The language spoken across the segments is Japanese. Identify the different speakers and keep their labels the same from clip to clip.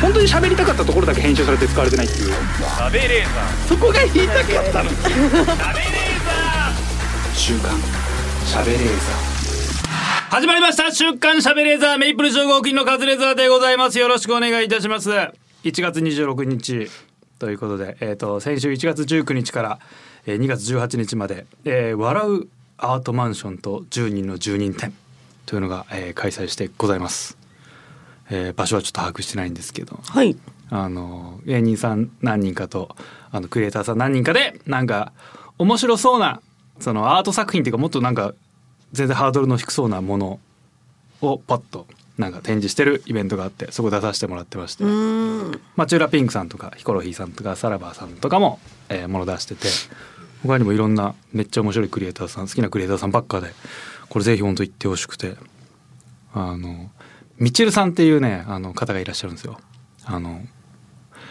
Speaker 1: 本当に喋りたかったところだけ編集されて使われてないっていう
Speaker 2: 食べレー
Speaker 1: そこが言いたかったの
Speaker 2: ザー食べレーザー
Speaker 1: 週刊喋れー
Speaker 2: 始まりました週刊しゃべレーザーメイプル超合金のカズレーザーでございますよろしくお願いいたします1月26日ということでえっ、と先週1月19日から、えー、2月18日まで、えー笑うアートマンションと10人の住人展というのが、えー開催してございます、えー場所はちょっと把握してないんですけど
Speaker 3: はい。
Speaker 2: あの芸人さん何人かとあのクリエイターさん何人かでなんか面白そうなそのアート作品っていうかもっとなんか全然ハードルの低そうなものをパッとなんか展示してるイベントがあってそこ出させてもらってまして、
Speaker 3: うーん。
Speaker 2: まあ、チューラピンクさんとかヒコロヒーさんとかサラバーさんとかも、えー、もの出してて他にもいろんなめっちゃ面白いクリエイターさん好きなクリエイターさんばっかでこれぜひ本当行ってほしくてあのミチルさんっていうねあの方がいらっしゃるんですよ。あの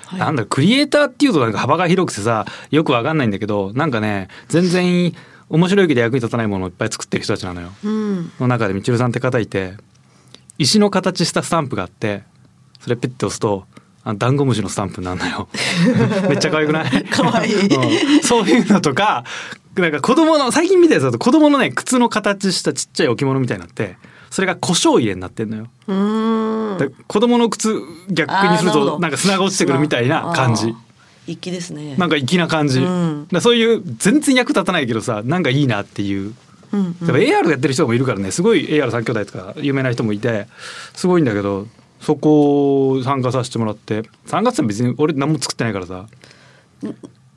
Speaker 3: はい
Speaker 2: なんだろうクリエイターっていうとなんか幅が広くてさよくわかんないんだけどなんかね全然面白いけど役に立たないものをいっぱい作ってる人たちなのよ。
Speaker 3: うん。
Speaker 2: の中でみちるさんって方いて石の形したスタンプがあってそれピッて押すとあダンゴムシのスタンプになるのよ めっちゃ可愛くない
Speaker 3: 可愛い
Speaker 2: うんそういうのとかなんか子供の最近見たやつだと子供のね靴の形したちっちゃい置物みたいになってそれが胡椒入れになってんのよ
Speaker 3: うーん。
Speaker 2: だから子供の靴逆にする
Speaker 3: あーなる
Speaker 2: と
Speaker 3: ほど
Speaker 2: なんか砂が落ちてくるみたいな感
Speaker 3: あ
Speaker 2: じ
Speaker 3: ー。粋ですね。
Speaker 2: なん
Speaker 3: か。
Speaker 2: か粋な感じ、
Speaker 3: うん
Speaker 2: だからそういう全然役立たないけどさなんかいいなっていう
Speaker 3: うん、
Speaker 2: でも AR やってる人もいるからねすごい AR3 兄弟とか有名な人もいてすごいんだけどそこを参加させてもらって参加って言っても別に俺何も作ってないからさ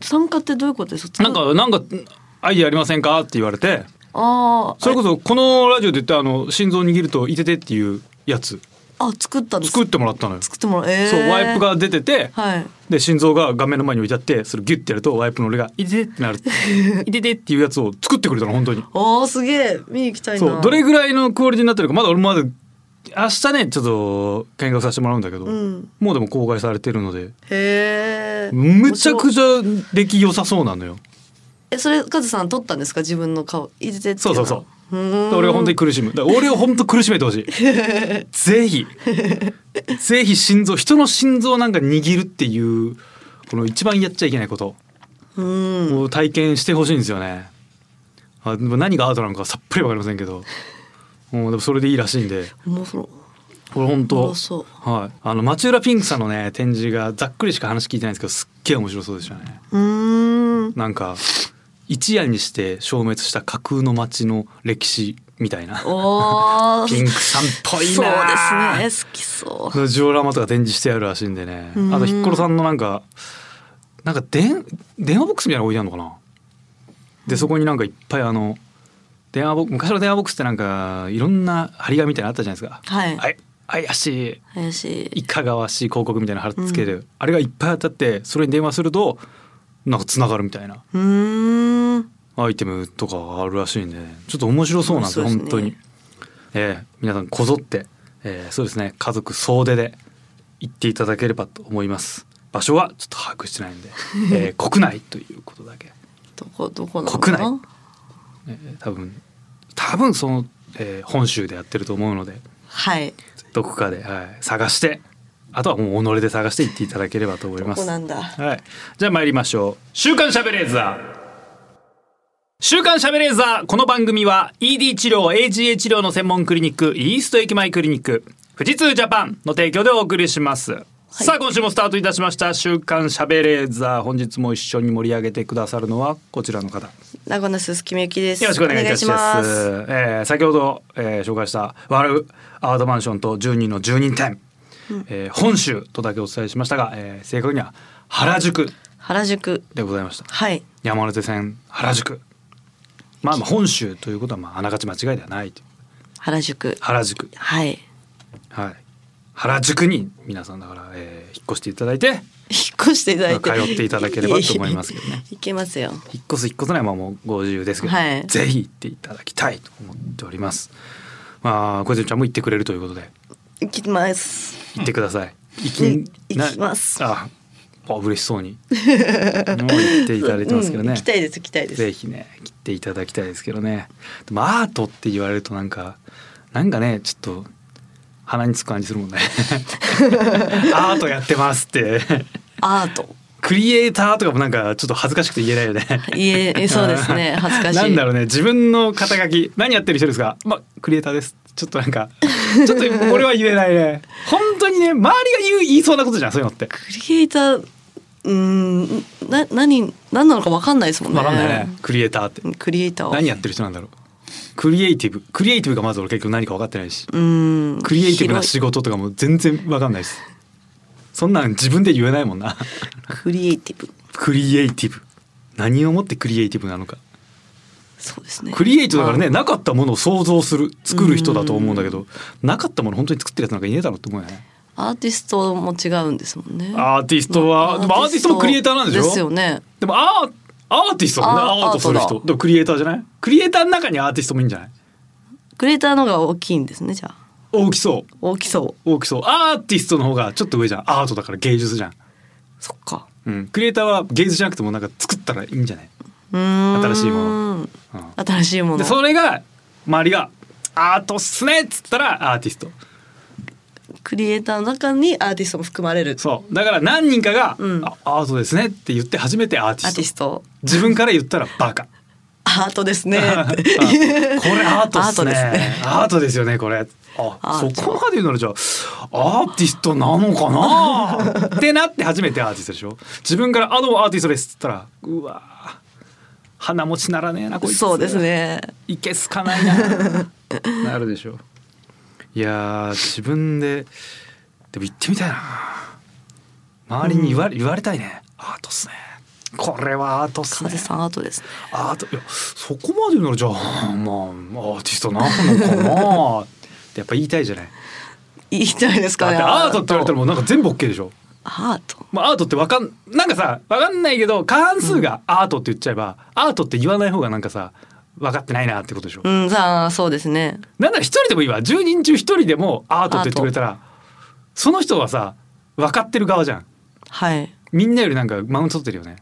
Speaker 3: 参加ってどういうことですか。
Speaker 2: なん。かなんかアイディアありませんかって言われて
Speaker 3: ああ。
Speaker 2: それこそこのラジオで言ったあの心臓握るといててっていうやつ
Speaker 3: あ、作ったんです。
Speaker 2: 作ってもらったのよ。
Speaker 3: 作ってもらう。えー
Speaker 2: そうワイプ。が出てて、
Speaker 3: はい。
Speaker 2: で心臓が画面の前に置いてあってそれギュッてやるとワイプの俺が「いてて」って なる「いてて」っていうやつを作ってくれたの本当に。
Speaker 3: おお、すげえ。見に行きたいな。
Speaker 2: そうどれぐらいのクオリティになってるかまだ俺もまだ明日ねちょっと見学させてもらうんだけど、
Speaker 3: うん
Speaker 2: もうでも公開されてるので
Speaker 3: へえ。
Speaker 2: めちゃく
Speaker 3: ゃ。
Speaker 2: ちゃ出来良さそうなのよ。
Speaker 3: え、それ、カズさん撮ったんですか、自分の顔。いじってって
Speaker 2: そう
Speaker 3: いの。
Speaker 2: そうそう
Speaker 3: うーん。
Speaker 2: 俺が本当に苦しむだから俺を本当苦しめてほしい ぜひぜひ心臓人の心臓なんか握るっていうこの一番やっちゃいけないこと
Speaker 3: うん。
Speaker 2: を体験してほしいんですよねあでも何がアートなのかさっぱりわかりませんけどもうでもそれでいいらしいんで
Speaker 3: 面白い。
Speaker 2: これ本
Speaker 3: 面
Speaker 2: 当
Speaker 3: 白そう。
Speaker 2: はい、あの町浦ピンクさんのね展示がざっくりしか話聞いてないんですけどすっげえ面白そうでしたね
Speaker 3: うーん。
Speaker 2: なんか一夜にして消滅した架空の町の歴史みたいな
Speaker 3: おお。
Speaker 2: ピンクさんっぽいな
Speaker 3: そうですね。好きそう。
Speaker 2: ねジオラマとか展示してあるらしいんでね
Speaker 3: うん
Speaker 2: あとひっころさんのなんかなんかでん電話ボックスみたいなの置いてあるのかなでそこになんかいっぱいあの電話ボ昔の電話ボックスってなんかいろんな張り紙みたいなのあったじゃないですか
Speaker 3: はい。
Speaker 2: はい、はい、やし
Speaker 3: 林。
Speaker 2: いかがわしい広告みたいなの貼り付ける、あれがいっぱい当たってそれに電話するとなんかつながるみたいな
Speaker 3: うーん。
Speaker 2: アイテムとかがあるらしいんでねちょっと面白そうなんですよ
Speaker 3: 面白
Speaker 2: 本
Speaker 3: いです
Speaker 2: 当
Speaker 3: ね
Speaker 2: に、えー皆さんこぞって、えーそうですね家族総出で行っていただければと思います場所はちょっと把握してないん で、えー国内ということだけ、
Speaker 3: どこどこなの
Speaker 2: 国内えー多分多分その、えー本州でやってると思うので
Speaker 3: はい。
Speaker 2: どこかで、はい、探してあとはもう己で探して行っていただければと思い
Speaker 3: ど
Speaker 2: ます
Speaker 3: こなんだ。
Speaker 2: はい、じゃあ参りましょう「週刊しゃべレーザー」週刊しゃべレーザーこの番組は ED 治療 AGA 治療の専門クリニックイースト駅前クリニック富士通ジャパンの提供でお送りします、さあ今週もスタートいたしました「週刊しゃべレーザー」本日も一緒に盛り上げてくださるのはこちらの方
Speaker 3: 名古屋の鈴木みゆきです。
Speaker 2: よろしくお願いいたします。
Speaker 3: お願いし
Speaker 2: えー先ほど、えー紹介した「ワルアートマンションと10人の住人展」えー本州とだけお伝えしましたが、えー正確には原宿
Speaker 3: 原宿。
Speaker 2: でございました
Speaker 3: はい。
Speaker 2: 山手線原宿まあまあ本州ということはまああながち間違いではないという
Speaker 3: 原宿。
Speaker 2: 原宿
Speaker 3: はい。引っ
Speaker 2: はい原宿に皆さんだから、えー引っ越していただいて
Speaker 3: 越していただいて。
Speaker 2: 通っていただければと思いますけどね。
Speaker 3: 行けますよ。
Speaker 2: 引っ越す引っ越さないはもうご自由ですけど、
Speaker 3: はい
Speaker 2: ぜひ行っていただきたいと思っておりますまあ小泉ちゃんも行ってくれるということで
Speaker 3: 行きます。
Speaker 2: 行ってください行
Speaker 3: ね
Speaker 2: な
Speaker 3: 行きます
Speaker 2: ああ嬉しそうにもう行っていただいてますけどね、
Speaker 3: うん行きたいです。行きたいです。
Speaker 2: ぜひね切っていただきたいですけどねでもアートって言われるとなんかなんかねちょっと鼻につく感じするもん ねアートやってますって
Speaker 3: アート。
Speaker 2: クリエイターとかもなんかちょっと恥ずかしくて言えないよね
Speaker 3: いええ、そうです ね。恥ずかしい。
Speaker 2: なんだろうね自分の肩書き何やってる人ですかまあクリエイターですちょっとなんかちょっとこれは言えないね本当にね周りが言う言いそうなことじゃんそういうのって
Speaker 3: クリエイター、うーん、な、何、何なのかわかんないですもんね。
Speaker 2: わかんないねクリエイターって
Speaker 3: クリエイターは。
Speaker 2: 何やってる人なんだろうクリエイティブクリエイティブがまず俺結局何か分かってないし
Speaker 3: うーん。
Speaker 2: クリエイティブな仕
Speaker 3: 広い
Speaker 2: 事とかも全然分かんないですそんなん自分で言えないもんな
Speaker 3: クリエイティブ。
Speaker 2: クリエイティブ何をもってクリエイティブなのか
Speaker 3: そうですね。
Speaker 2: クリエイトだからね、
Speaker 3: まあ
Speaker 2: なかったものを想像する作る人だと思うんだけど、なかったもの本当に作ってるやつなんかいねえだろうって思うよね
Speaker 3: アーティストも違うんですもんね。
Speaker 2: アーティストは、でもアーティストもクリエイターなんでしょ
Speaker 3: ですよね。
Speaker 2: でもアーアーティストだもんね
Speaker 3: あー
Speaker 2: アートする
Speaker 3: アート
Speaker 2: 人
Speaker 3: だ
Speaker 2: でもクリエイターじゃないクリエイターの中にアーティストもいいんじゃない
Speaker 3: クリエイターの方が大きいんですね。じゃあ。
Speaker 2: 大きそう
Speaker 3: 大きそう。
Speaker 2: 大きそうアーティストの方がちょっと上じゃんアートだから芸術じゃん、
Speaker 3: そっか。
Speaker 2: うん、クリエイターは芸術じゃなくてもなんか作ったらいいんじゃない、
Speaker 3: うーん
Speaker 2: 新しいもの。う
Speaker 3: 新しいも
Speaker 2: ん、で
Speaker 3: の。
Speaker 2: それが周りがアートっすねっつったらアーティスト
Speaker 3: クリエイターの中にアーティストも含まれる。
Speaker 2: そうだから何人かが、
Speaker 3: うん
Speaker 2: あアートですねって言って初めてアーティ
Speaker 3: ア
Speaker 2: スト
Speaker 3: ーティスト。
Speaker 2: 自分から言ったらバカ
Speaker 3: アートですね。
Speaker 2: あこれアートっすね
Speaker 3: アートですね
Speaker 2: アートですよねこれあ
Speaker 3: ア
Speaker 2: そ
Speaker 3: ート
Speaker 2: こまで言うならじゃあアーティストなのかなってなって初めてアーティストでしょ自分から「あどうもアーティストです」っつったらうわー鼻持ちならねえ なこいつ
Speaker 3: そうですね。
Speaker 2: いけすかないな なるでしょういやー自分ででも行ってみたいな周りに言わ,、言われたいねアートっすねこれはアートっすね
Speaker 3: 風さんアートですね。
Speaker 2: アートいやそこまで言うならじゃあまあアーティストなのかなってやっぱ言いたいじゃない
Speaker 3: いいじゃないです
Speaker 2: だ
Speaker 3: か
Speaker 2: っ
Speaker 3: ね。
Speaker 2: てアートって言われたらもうなんか全部 OK でしょ
Speaker 3: アート。
Speaker 2: まあ、アートってわかんなんかさわかんないけど過半数がアートって言っちゃえば、アートって言わない方がなんかさ分かってないなってことでしょ
Speaker 3: うん、さあ、そうですね。
Speaker 2: なんなら一人でもいいわ10人中一人でもアートって言ってくれたらその人はさ分かってる側じゃん
Speaker 3: はい。
Speaker 2: みんなよりなんかマウント取ってるよ ね、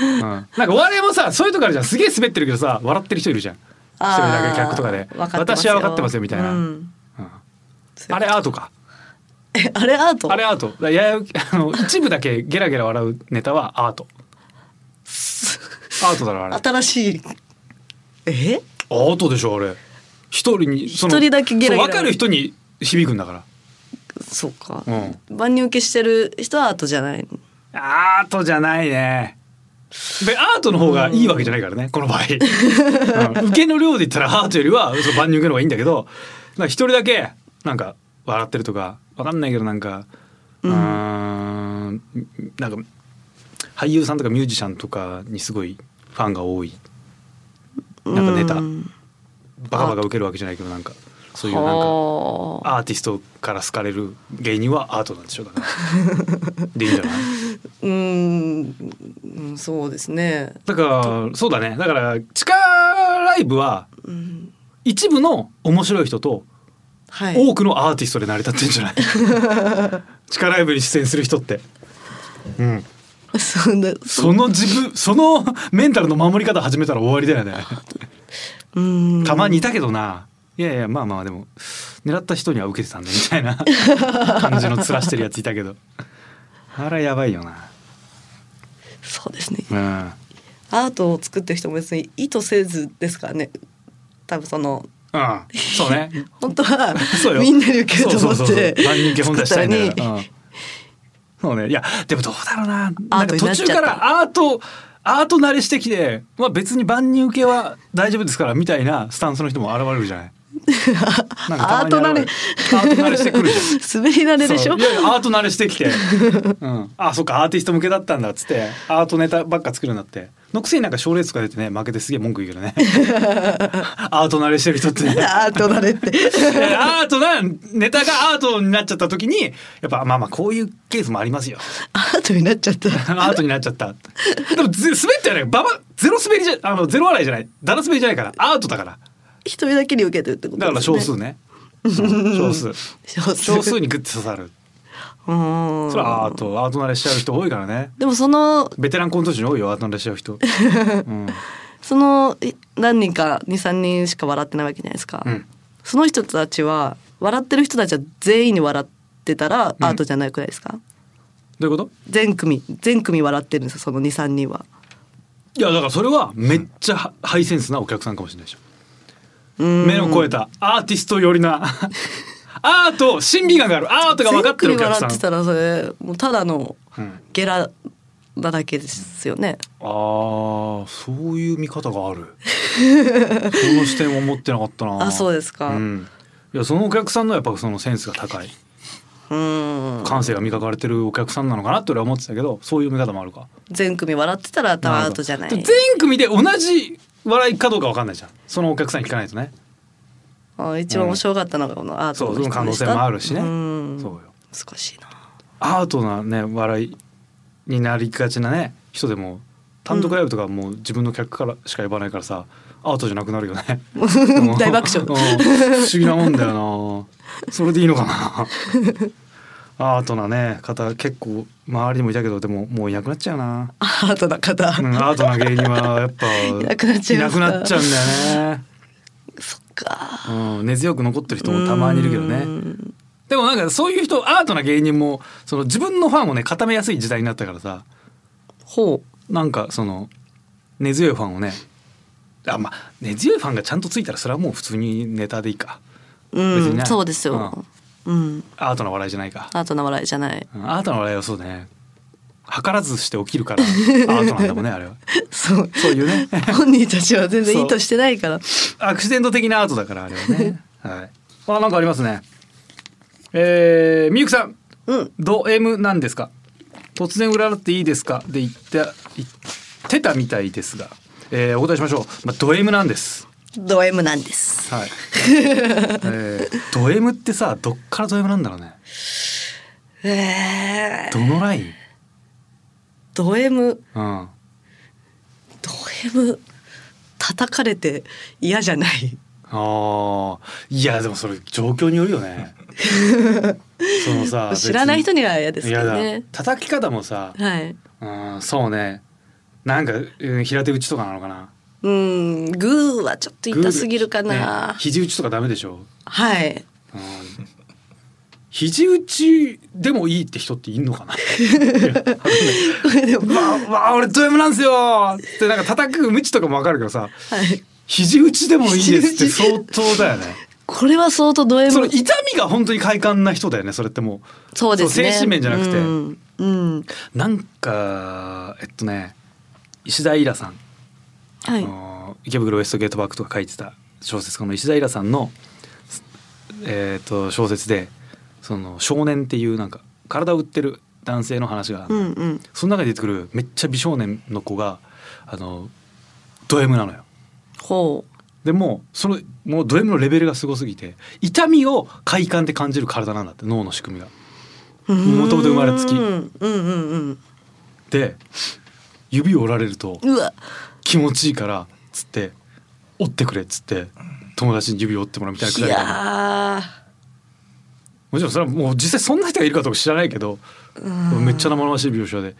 Speaker 2: うん、なんか我々もさそういうとこあるじゃんすげえ滑ってるけどさ笑ってる人いるじゃん一人だけ客とかで
Speaker 3: あー
Speaker 2: 私は分かってますよみたいな、
Speaker 3: うん
Speaker 2: うん
Speaker 3: そういうこと
Speaker 2: あれアートか
Speaker 3: えあれアート。
Speaker 2: あれアートだからややあの一部だけゲラゲラ笑うネタはアー トアートだろあれ
Speaker 3: 新しい。え？
Speaker 2: アートでしょあれ一人にその
Speaker 3: 一人だけゲラゲ
Speaker 2: そ
Speaker 3: ラ
Speaker 2: う分かる人に響くんだから
Speaker 3: そうか。
Speaker 2: うん
Speaker 3: 万人受けしてる人はアートじゃない。
Speaker 2: アートじゃないね。でアートの方がいいわけじゃないからね、この場合、うん受けの量で言ったらアートよりはその万人受けの方がいいんだけどなんか一人だけなんか笑ってるとかわかんないけどなんかうーんなんか俳優さんとかミュージシャンとかにすごいファンが多いなんかネタ
Speaker 3: うん
Speaker 2: バカバカ受けるわけじゃないけどなんかそういうなんか
Speaker 3: はあ
Speaker 2: アーティストから好かれる芸人はアートなんでしょうだからでいいんじゃない
Speaker 3: うんうんそうですね。
Speaker 2: だからそうだねだから地下ライブは
Speaker 3: うん
Speaker 2: 一部の面白い人と
Speaker 3: はい。
Speaker 2: 多くのアーティストで成り立ってんじゃない 地下ライブに出演する人って、うん、
Speaker 3: そんな
Speaker 2: その自分そのメンタルの守り方始めたら終わりだよね
Speaker 3: うん
Speaker 2: たまにいたけどないやいやまあまあでも狙った人には受けてたんだみたい な感じの面してるやついたけどあらやばいよな
Speaker 3: そうですね。
Speaker 2: うん
Speaker 3: アートを作ってる人も別に意図せずですからね多分その
Speaker 2: うん、そうね
Speaker 3: 本当は
Speaker 2: そうよ
Speaker 3: みんなに受けると思
Speaker 2: そう
Speaker 3: っ
Speaker 2: そうそう
Speaker 3: て
Speaker 2: そう万人受け本出したいん
Speaker 3: 作っ
Speaker 2: だ
Speaker 3: た
Speaker 2: よ、
Speaker 3: の
Speaker 2: う
Speaker 3: に
Speaker 2: んそうねいやでもどうだろうな
Speaker 3: ア
Speaker 2: なん
Speaker 3: ー
Speaker 2: か
Speaker 3: トに
Speaker 2: 途
Speaker 3: なっち
Speaker 2: 中
Speaker 3: ゃった
Speaker 2: からアートアート慣れしてきて、まあ、別に万人受けは大丈夫ですからみたいなスタンスの人も現れるじ ゃない。なんかたまに現れるアート慣れしてくるじゃん。
Speaker 3: 滑り慣れでし
Speaker 2: そ
Speaker 3: ょ
Speaker 2: ういやいやアート慣れして きて、うん、あそっかアーティスト向けだったんだっつってアートネタばっか作るようになってのくせになんか賞レースとか出てね負けてすげえ文句言うけど ねアート慣れしてる人ってね
Speaker 3: アート慣れって
Speaker 2: いやアートなネタがアートになっちゃった時にやっぱまあまあこういうケースもあり ますよ
Speaker 3: アートになっちゃった
Speaker 2: アートになっちゃったでもぜ滑ったよねババゼロ滑りじゃあのゼロ笑いじゃないだら滑りじゃないからアートだから
Speaker 3: 一人だけに受けてるってことです
Speaker 2: だ
Speaker 3: ね
Speaker 2: から少数ねうん少数
Speaker 3: 少数
Speaker 2: 少数にグッて刺さる
Speaker 3: うーん
Speaker 2: それはアートアート慣れしちゃう人多いからね
Speaker 3: でもその
Speaker 2: ベテランコント師に多いよアート慣れしちゃう人うん、
Speaker 3: そのい何人か23人しか笑ってないわけじゃないですか、
Speaker 2: うん
Speaker 3: その人たちは笑ってる人たちは全員に笑ってたら
Speaker 2: ん
Speaker 3: アートじゃないくらいですか、
Speaker 2: どういうこと
Speaker 3: 全組全組笑ってるんですよその23人はい
Speaker 2: やだからそれはめっちゃハハイセンスなお客さんかもしれないでしょ
Speaker 3: うん
Speaker 2: 目の超えたアーティスト寄り なアート審美眼があるアートが分かってるお
Speaker 3: 全
Speaker 2: 客
Speaker 3: 組
Speaker 2: さ
Speaker 3: 笑
Speaker 2: ん
Speaker 3: ってたらそれもうただの
Speaker 2: うん
Speaker 3: ゲラなだけですよね、
Speaker 2: ああそういう見方があ るその視点を持ってなかったな
Speaker 3: あそうですか
Speaker 2: うん、いやそのお客さんのやっぱそのセンスが高い
Speaker 3: うん
Speaker 2: 感性が磨かれてるお客さんなのかなって俺は思ってたけどそういう見方もあるか
Speaker 3: 全組笑ってたら多分アートじゃない
Speaker 2: で全組で同じ笑いかどうか分かんないじゃんそのお客さんに聞かないとね
Speaker 3: あ一番面白かったのがこのアート
Speaker 2: そう
Speaker 3: の
Speaker 2: その可能性もあるしね
Speaker 3: うん
Speaker 2: そうよ
Speaker 3: 難しいな
Speaker 2: アートなね笑いになりがちなね人でも単独ライブとかもう自分の客からしか呼ばないからさ、アートじゃなくなるよ ねうん
Speaker 3: 大爆笑
Speaker 2: うん不思議なもんだよなそれでいいのかなアートなね方結構周りにもいたけどでももういなくなっちゃうな、
Speaker 3: アートな方、
Speaker 2: うん、アートな芸人はやっぱい
Speaker 3: なくなっ ちゃいますか
Speaker 2: なくなっちゃうんだよね
Speaker 3: そっか
Speaker 2: うん、根強く残ってる人もたまにいるけど
Speaker 3: う
Speaker 2: ね
Speaker 3: ん
Speaker 2: でもなんかそういう人アートな芸人もその自分のファンをね固めやすい時代になったからさ
Speaker 3: ほ
Speaker 2: なんかその根強いファンをねあまあ根強いファンがちゃんとついたらそれはもう普通にネタでいいか
Speaker 3: う、う
Speaker 2: 別に
Speaker 3: ん
Speaker 2: ね
Speaker 3: そうですよ、うん、
Speaker 2: アートな笑いじゃないか、
Speaker 3: アートな笑いじゃない
Speaker 2: うんアートな笑いはそうだね計らずして起きるからアートなんだもんねあれは
Speaker 3: そう
Speaker 2: そういうね
Speaker 3: 本人たちは全然意図してないから
Speaker 2: アクシデント的なアートだからあれはねはいあなんかありますねえー、みゆきさん
Speaker 3: うん
Speaker 2: ド M なんですか突然占っていいですかで言って言ってたみたいですが、えー、お答えしましょう、まあ、ド M なんです
Speaker 3: ド M なんです
Speaker 2: はい、 えー、ド M ってさどっからド M なんだろうね
Speaker 3: えー
Speaker 2: どのライン、
Speaker 3: ド M
Speaker 2: うん、
Speaker 3: ド M 叩かれて嫌じゃない
Speaker 2: あーいやでもそれ状況によるよ ねそのさ
Speaker 3: 知らない人
Speaker 2: に
Speaker 3: には嫌ですけど
Speaker 2: や
Speaker 3: ね
Speaker 2: だ叩き方もさ、
Speaker 3: はい
Speaker 2: うん、そうねなんか、うん、平手打ちとかなのかな
Speaker 3: うんグーはちょっと痛すぎるか
Speaker 2: ね
Speaker 3: な、
Speaker 2: 肘打ちとかダメでしょ
Speaker 3: はい
Speaker 2: うん肘打ちでもいいって人っていんのかな。わあ、わあ、俺ド M なんすよ。ってなんか叩く無知とかもわかるけどさ、
Speaker 3: はい
Speaker 2: 肘打ちでもいいですって
Speaker 3: 肘
Speaker 2: 相当だよね。
Speaker 3: これは相当ド M
Speaker 2: その痛みが本当に快感な人だよね。それっても
Speaker 3: そうです
Speaker 2: そ
Speaker 3: ね
Speaker 2: う精神面じゃなくて
Speaker 3: うん、うん
Speaker 2: うなんかえっとね、石田イラさん、
Speaker 3: は
Speaker 2: あ
Speaker 3: い
Speaker 2: の池袋ウエストゲートバックとか書いてた小説家の石田イラさんのえっと小説でその少年っていうなんか体を売ってる男性の話がある
Speaker 3: う
Speaker 2: の
Speaker 3: んうん
Speaker 2: その中で出てくるめっちゃ美少年の子があのド M なのよ。
Speaker 3: ほ
Speaker 2: でもうそのもうド M のレベルがすごすぎて痛みを快感で感じる体なんだって脳の仕組みが。
Speaker 3: う
Speaker 2: もともと生まれつき
Speaker 3: うんうんうんうん
Speaker 2: で指を折られると
Speaker 3: うわ
Speaker 2: 気持ちいいからっつって折ってくれっつって友達に指を折ってもらうみたいなく
Speaker 3: い
Speaker 2: だりがあるの
Speaker 3: や
Speaker 2: もちろんそれはもう実際そんな人がいるかどうか知らないけどめっちゃ生々しい描写で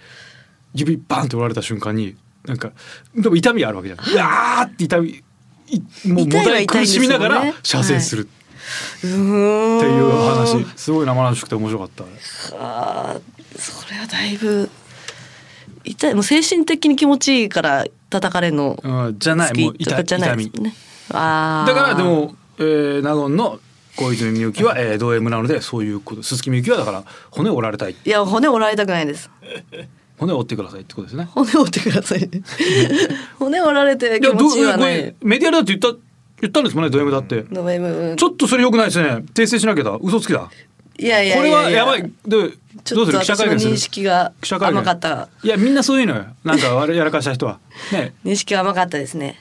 Speaker 2: 指バンって折られた瞬間になんかでも痛みがあるわけじゃん。うわーって痛みいもうも
Speaker 3: 痛いは
Speaker 2: たえ
Speaker 3: 痛いんですよ
Speaker 2: 苦しみ
Speaker 3: ね
Speaker 2: ながら射精する
Speaker 3: ーうーん
Speaker 2: っていう話、すごい生々しくて面白かったあれ
Speaker 3: あーそれはだいぶ痛いもう精神的に気持ちいいから叩かれるの
Speaker 2: うん、じゃないも
Speaker 3: 好
Speaker 2: う
Speaker 3: きと
Speaker 2: 痛
Speaker 3: か
Speaker 2: い
Speaker 3: じゃな
Speaker 2: 痛
Speaker 3: いで
Speaker 2: み
Speaker 3: すねあ
Speaker 2: だ
Speaker 3: ー
Speaker 2: からでも、えー、納言の小泉みゆきは、えー、ド M なのでそういうこと鈴木みゆきはだから骨を折られたい
Speaker 3: いや骨折られたくないです
Speaker 2: 骨を折ってくださいってことですね
Speaker 3: 骨折ってくだ さい骨折られて気
Speaker 2: やど
Speaker 3: 持
Speaker 2: う
Speaker 3: ちいいはな
Speaker 2: これ
Speaker 3: い
Speaker 2: メディアだって言った言ったんですもんねド M だって、
Speaker 3: のめむ
Speaker 2: ちょっとそれ良くないですね訂正しなきゃだ嘘つきだ
Speaker 3: いやいや
Speaker 2: こ
Speaker 3: いや
Speaker 2: れ
Speaker 3: い
Speaker 2: はやばいでどう
Speaker 3: ちょっ
Speaker 2: する
Speaker 3: と
Speaker 2: 記者
Speaker 3: 私
Speaker 2: 会
Speaker 3: の
Speaker 2: 見する
Speaker 3: 認識が
Speaker 2: 記者会見
Speaker 3: 甘かった
Speaker 2: いやみんなそういうのよなんかあれやらかした人は ね
Speaker 3: 認識が甘かったですね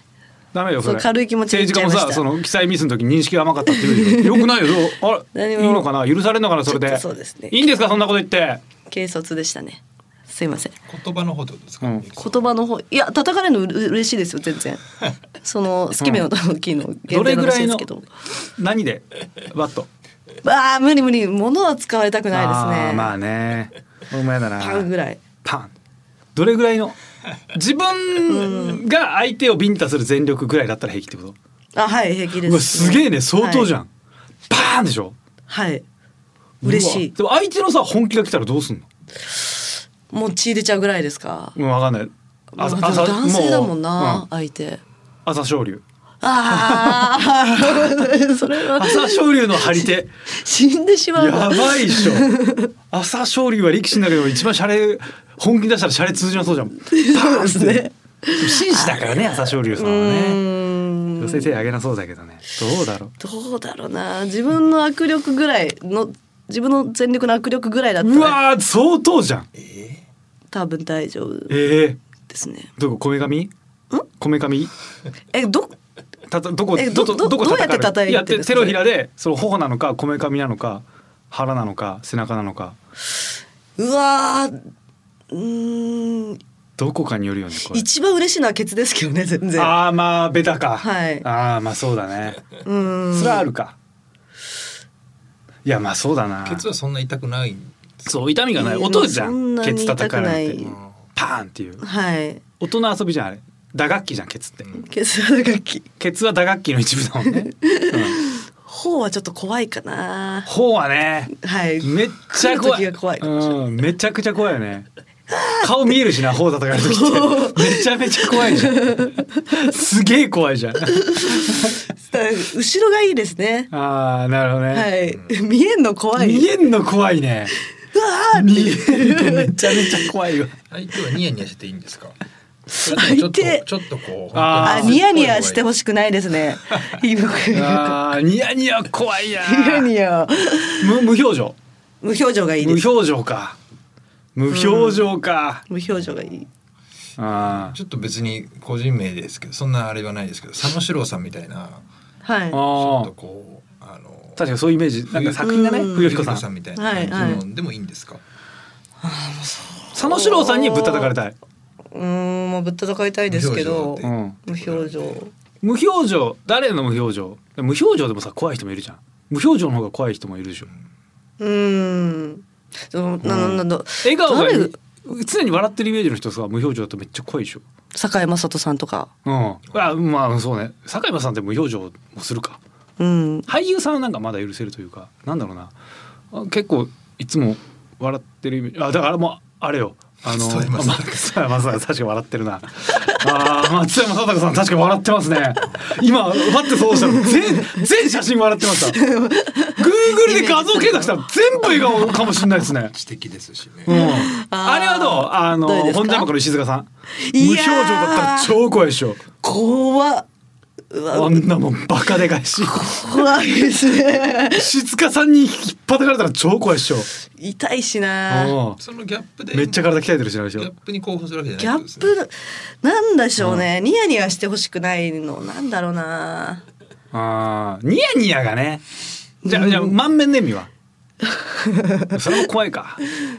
Speaker 2: ダメよそれ
Speaker 3: そう軽い気持ちで言っ
Speaker 2: 政
Speaker 3: ちゃ
Speaker 2: 治家もさ
Speaker 3: いました
Speaker 2: その記載ミスの時認識が甘かったっていうよよくないよ どうあれい
Speaker 3: 何
Speaker 2: い
Speaker 3: も
Speaker 2: のかな許されるのかなそれ
Speaker 3: ち
Speaker 2: で
Speaker 3: ょっとそうですね
Speaker 2: いいんですかそんなこと言って
Speaker 3: 軽率でしたねすいません
Speaker 4: 言葉の方ってことですか、
Speaker 2: うん
Speaker 3: 言葉の方いや叩かれるのうれ嬉しいですよ 全然その好き目の時の限
Speaker 2: どれ
Speaker 3: 定の
Speaker 2: ぐら
Speaker 3: 話
Speaker 2: い
Speaker 3: です
Speaker 2: の
Speaker 3: けど
Speaker 2: 何でバット
Speaker 3: ああ無理無理物は使われたくないです
Speaker 2: あー
Speaker 3: ね、
Speaker 2: まあねお前だな
Speaker 3: パンぐらい
Speaker 2: パンどれぐらいの 自分が相手をビンタする全力ぐらいだったら平気ってこと
Speaker 3: あはい平気です
Speaker 2: うわすげえね相当じゃん、
Speaker 3: は
Speaker 2: バーンでしょ
Speaker 3: はい嬉し
Speaker 2: う
Speaker 3: い
Speaker 2: わでも相手のさ本気が来たらどうすんの
Speaker 3: もう血出ちゃうぐらいですか
Speaker 2: うんわかんない
Speaker 3: まあでも男性だもんな、
Speaker 2: う
Speaker 3: 相手
Speaker 2: 朝青龍
Speaker 3: ああ それは
Speaker 2: 朝青龍の張 り手
Speaker 3: 死んでしまう
Speaker 2: やばいっしょ朝青龍は力士の中でも一番シャレ本気出したらシャレ通じなそうじゃん
Speaker 3: そうですね
Speaker 2: 紳士だからね朝青龍さんは
Speaker 3: う
Speaker 2: ね
Speaker 3: ーん
Speaker 2: 女性手上げなそうだけどねどうだろう
Speaker 3: どうだろうな自分の握力ぐらいの自分の全力の握力ぐらいだった
Speaker 2: う
Speaker 3: ら
Speaker 2: わー相当じゃんえ
Speaker 3: 多分大丈夫
Speaker 2: え
Speaker 3: ですね
Speaker 2: どここめかみこめかみ
Speaker 3: えど
Speaker 2: たたどこ
Speaker 3: え
Speaker 2: ど
Speaker 3: ど
Speaker 2: ど
Speaker 3: ど
Speaker 2: こ
Speaker 3: どうやって叩いて
Speaker 2: いや
Speaker 3: るん
Speaker 2: て
Speaker 3: ですか
Speaker 2: 手のひらでその頬なのかこめかみなのか腹なのか背中なのか
Speaker 3: うわーうーん
Speaker 2: どこかによるよねこれ
Speaker 3: 一番嬉しいのはケツですけどね全然
Speaker 2: ああまあベタか、
Speaker 3: はい
Speaker 2: ああまあそうだね
Speaker 3: うーん
Speaker 2: それはあるかいやまあそうだな
Speaker 4: ケツはそんな痛くない。
Speaker 2: そう痛みがない
Speaker 3: いや
Speaker 2: 音じゃ
Speaker 3: そ
Speaker 2: ん
Speaker 3: んなに
Speaker 2: ケツ叩かれて
Speaker 3: 痛くない
Speaker 2: パーンっていう
Speaker 3: はい
Speaker 2: 音の遊びじゃんあれ打楽器じゃんケツって
Speaker 3: ケツは楽器
Speaker 2: ケツは打楽器の一部だもん ね、うん、
Speaker 3: 頬はちょっと怖いかな
Speaker 2: 頬はね
Speaker 3: はい
Speaker 2: めっちゃ怖い
Speaker 3: 来る時が怖い
Speaker 2: うん、めちゃくちゃ怖いよね顔見えるしな頬叩かれる時ってめちゃめちゃ怖いじゃんすげえ怖いじゃん
Speaker 3: だから後ろがいいですね
Speaker 2: ああなるほどね、
Speaker 3: はい見えんの怖い
Speaker 2: 見えんの怖いね
Speaker 3: うわー
Speaker 2: 見えんのめちゃめちゃ怖いわ
Speaker 4: 相手はニヤニヤしてていいんですか。それともちょっ
Speaker 3: 相手
Speaker 4: とちょっとこう。
Speaker 2: あ
Speaker 3: あ
Speaker 2: ー
Speaker 3: ニヤニヤしてほ
Speaker 4: しい。
Speaker 3: しくないです ね。ひどくニヤ
Speaker 2: あーニヤニヤ怖いや
Speaker 3: ニヤ
Speaker 2: 無無表情
Speaker 3: 無表情がいい
Speaker 2: 無
Speaker 3: です。
Speaker 2: 表情か無表情か、
Speaker 3: 無表情がいい。
Speaker 2: あー
Speaker 4: ちょっと別に個人名ですけど、そんなあれはないですけど、佐野史郎さんみたいな。
Speaker 3: は
Speaker 2: あ
Speaker 3: い。は
Speaker 4: ちょっ
Speaker 2: ー
Speaker 4: とこう、あの。
Speaker 2: 確かにそういうイメージなんか作品がね
Speaker 3: うん
Speaker 2: 冬彦さん
Speaker 4: さんみたい
Speaker 3: は
Speaker 4: ない
Speaker 3: はい
Speaker 4: 感じのでもいいんですか。
Speaker 2: 佐野史郎さんにぶったたかれたい、
Speaker 3: うーん、もうぶったたかいたいですけど
Speaker 4: 無表情だ
Speaker 2: う
Speaker 4: っ、
Speaker 2: ん、
Speaker 3: 無表
Speaker 2: 無
Speaker 3: 情。
Speaker 2: 表情誰の無表情無表情でもさ怖い人もいるじゃん無表情の方が怖い人もいるでしょ
Speaker 3: うーん。そのなななんだ
Speaker 2: 笑顔が
Speaker 3: 誰
Speaker 2: 常に笑ってるイメージの人さ無表情だとめっちゃ怖いでしょ
Speaker 3: 堺雅人さんとか。
Speaker 2: うんあまあそうね坂井さんって無表情もするか
Speaker 3: うん。
Speaker 2: 俳優さんはなんかまだ許せるというかなんだろうなあ結構いつも笑ってるイメージあだからもうあれよあの
Speaker 4: 松任谷正隆
Speaker 2: 松山正隆確か笑ってるなあー松山正隆さん確か笑ってますね今待ってそうしたら全全写真笑ってました Google で画像検索したら全部笑顔かもしれないですね
Speaker 4: 知的ですしね。
Speaker 2: うん、あ
Speaker 3: あー
Speaker 2: れはどうあの
Speaker 3: どうですか
Speaker 2: 本山から石塚さん無
Speaker 3: い
Speaker 2: 表
Speaker 3: やー
Speaker 2: 情だったら超怖いでしょ
Speaker 3: 怖っ。う
Speaker 2: あ
Speaker 3: わ、
Speaker 2: んなもんバカでかい し
Speaker 3: 怖いですね。
Speaker 2: 石塚さんに引っ張たかれたら超怖いっしょ。
Speaker 3: 痛いしな。
Speaker 2: う
Speaker 4: そのギャップで。
Speaker 2: んめっちゃ体鍛えてるしなでし
Speaker 4: ギャ
Speaker 2: ょ
Speaker 4: ッ。プに興奮するわけじ
Speaker 3: ギ
Speaker 4: ゃな
Speaker 3: ャ
Speaker 4: いってことです
Speaker 3: ッ
Speaker 4: ね。
Speaker 3: プなんでしょうね。ニヤニヤしてほしくないのなんだろうな。
Speaker 2: ああ、ニヤニヤがね。じゃあじゃあ満面の笑みは。それも怖いか。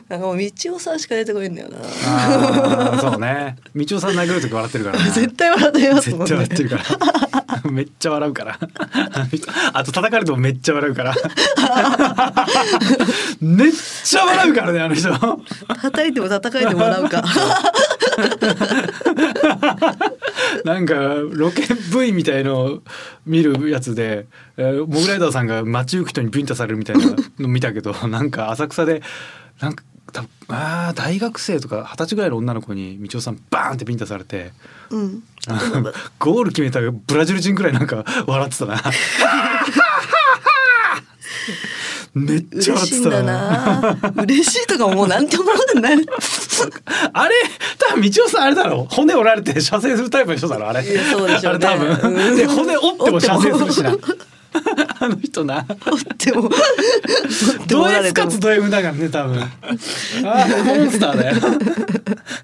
Speaker 3: なんかもう道夫さんしか出てこないんだよな。
Speaker 2: あーそうね。道夫さん殴る時笑ってるからな。
Speaker 3: 絶対笑ってますもん
Speaker 2: 絶
Speaker 3: ね。
Speaker 2: 対笑ってるから。めっちゃ笑うから。あと叩かれてもめっちゃ笑うから。めっちゃ笑うからねあの人。
Speaker 3: 叩いても叩かれてもらうか。
Speaker 2: なんかロケ V みたいのを見るやつで、えーモグライダーさんが街行く人にビンタされるみたいなの見たけど なんか浅草でなんか多分あー大学生とか二十歳ぐらいの女の子に道夫さんバーンってビンタされて。
Speaker 3: うん。
Speaker 2: ゴール決めたブラジル人くらいなんか笑ってた な。めっちゃ
Speaker 3: 嬉
Speaker 2: 笑っ
Speaker 3: しい
Speaker 2: て
Speaker 3: ん
Speaker 2: た
Speaker 3: だな。嬉しいとかもうなんてもらうない。
Speaker 2: あれ多分道夫さんあれだろ骨折られて射精するタイプの人だろあれ
Speaker 3: いやそうでしょうね
Speaker 2: あれ多
Speaker 3: う
Speaker 2: 分
Speaker 3: ん
Speaker 2: で骨折っても射精するしなあの人な
Speaker 3: でも。で
Speaker 2: ド
Speaker 3: もら
Speaker 2: S
Speaker 3: れて
Speaker 2: か
Speaker 3: も
Speaker 2: つド M だからね多分あーモンスターだよ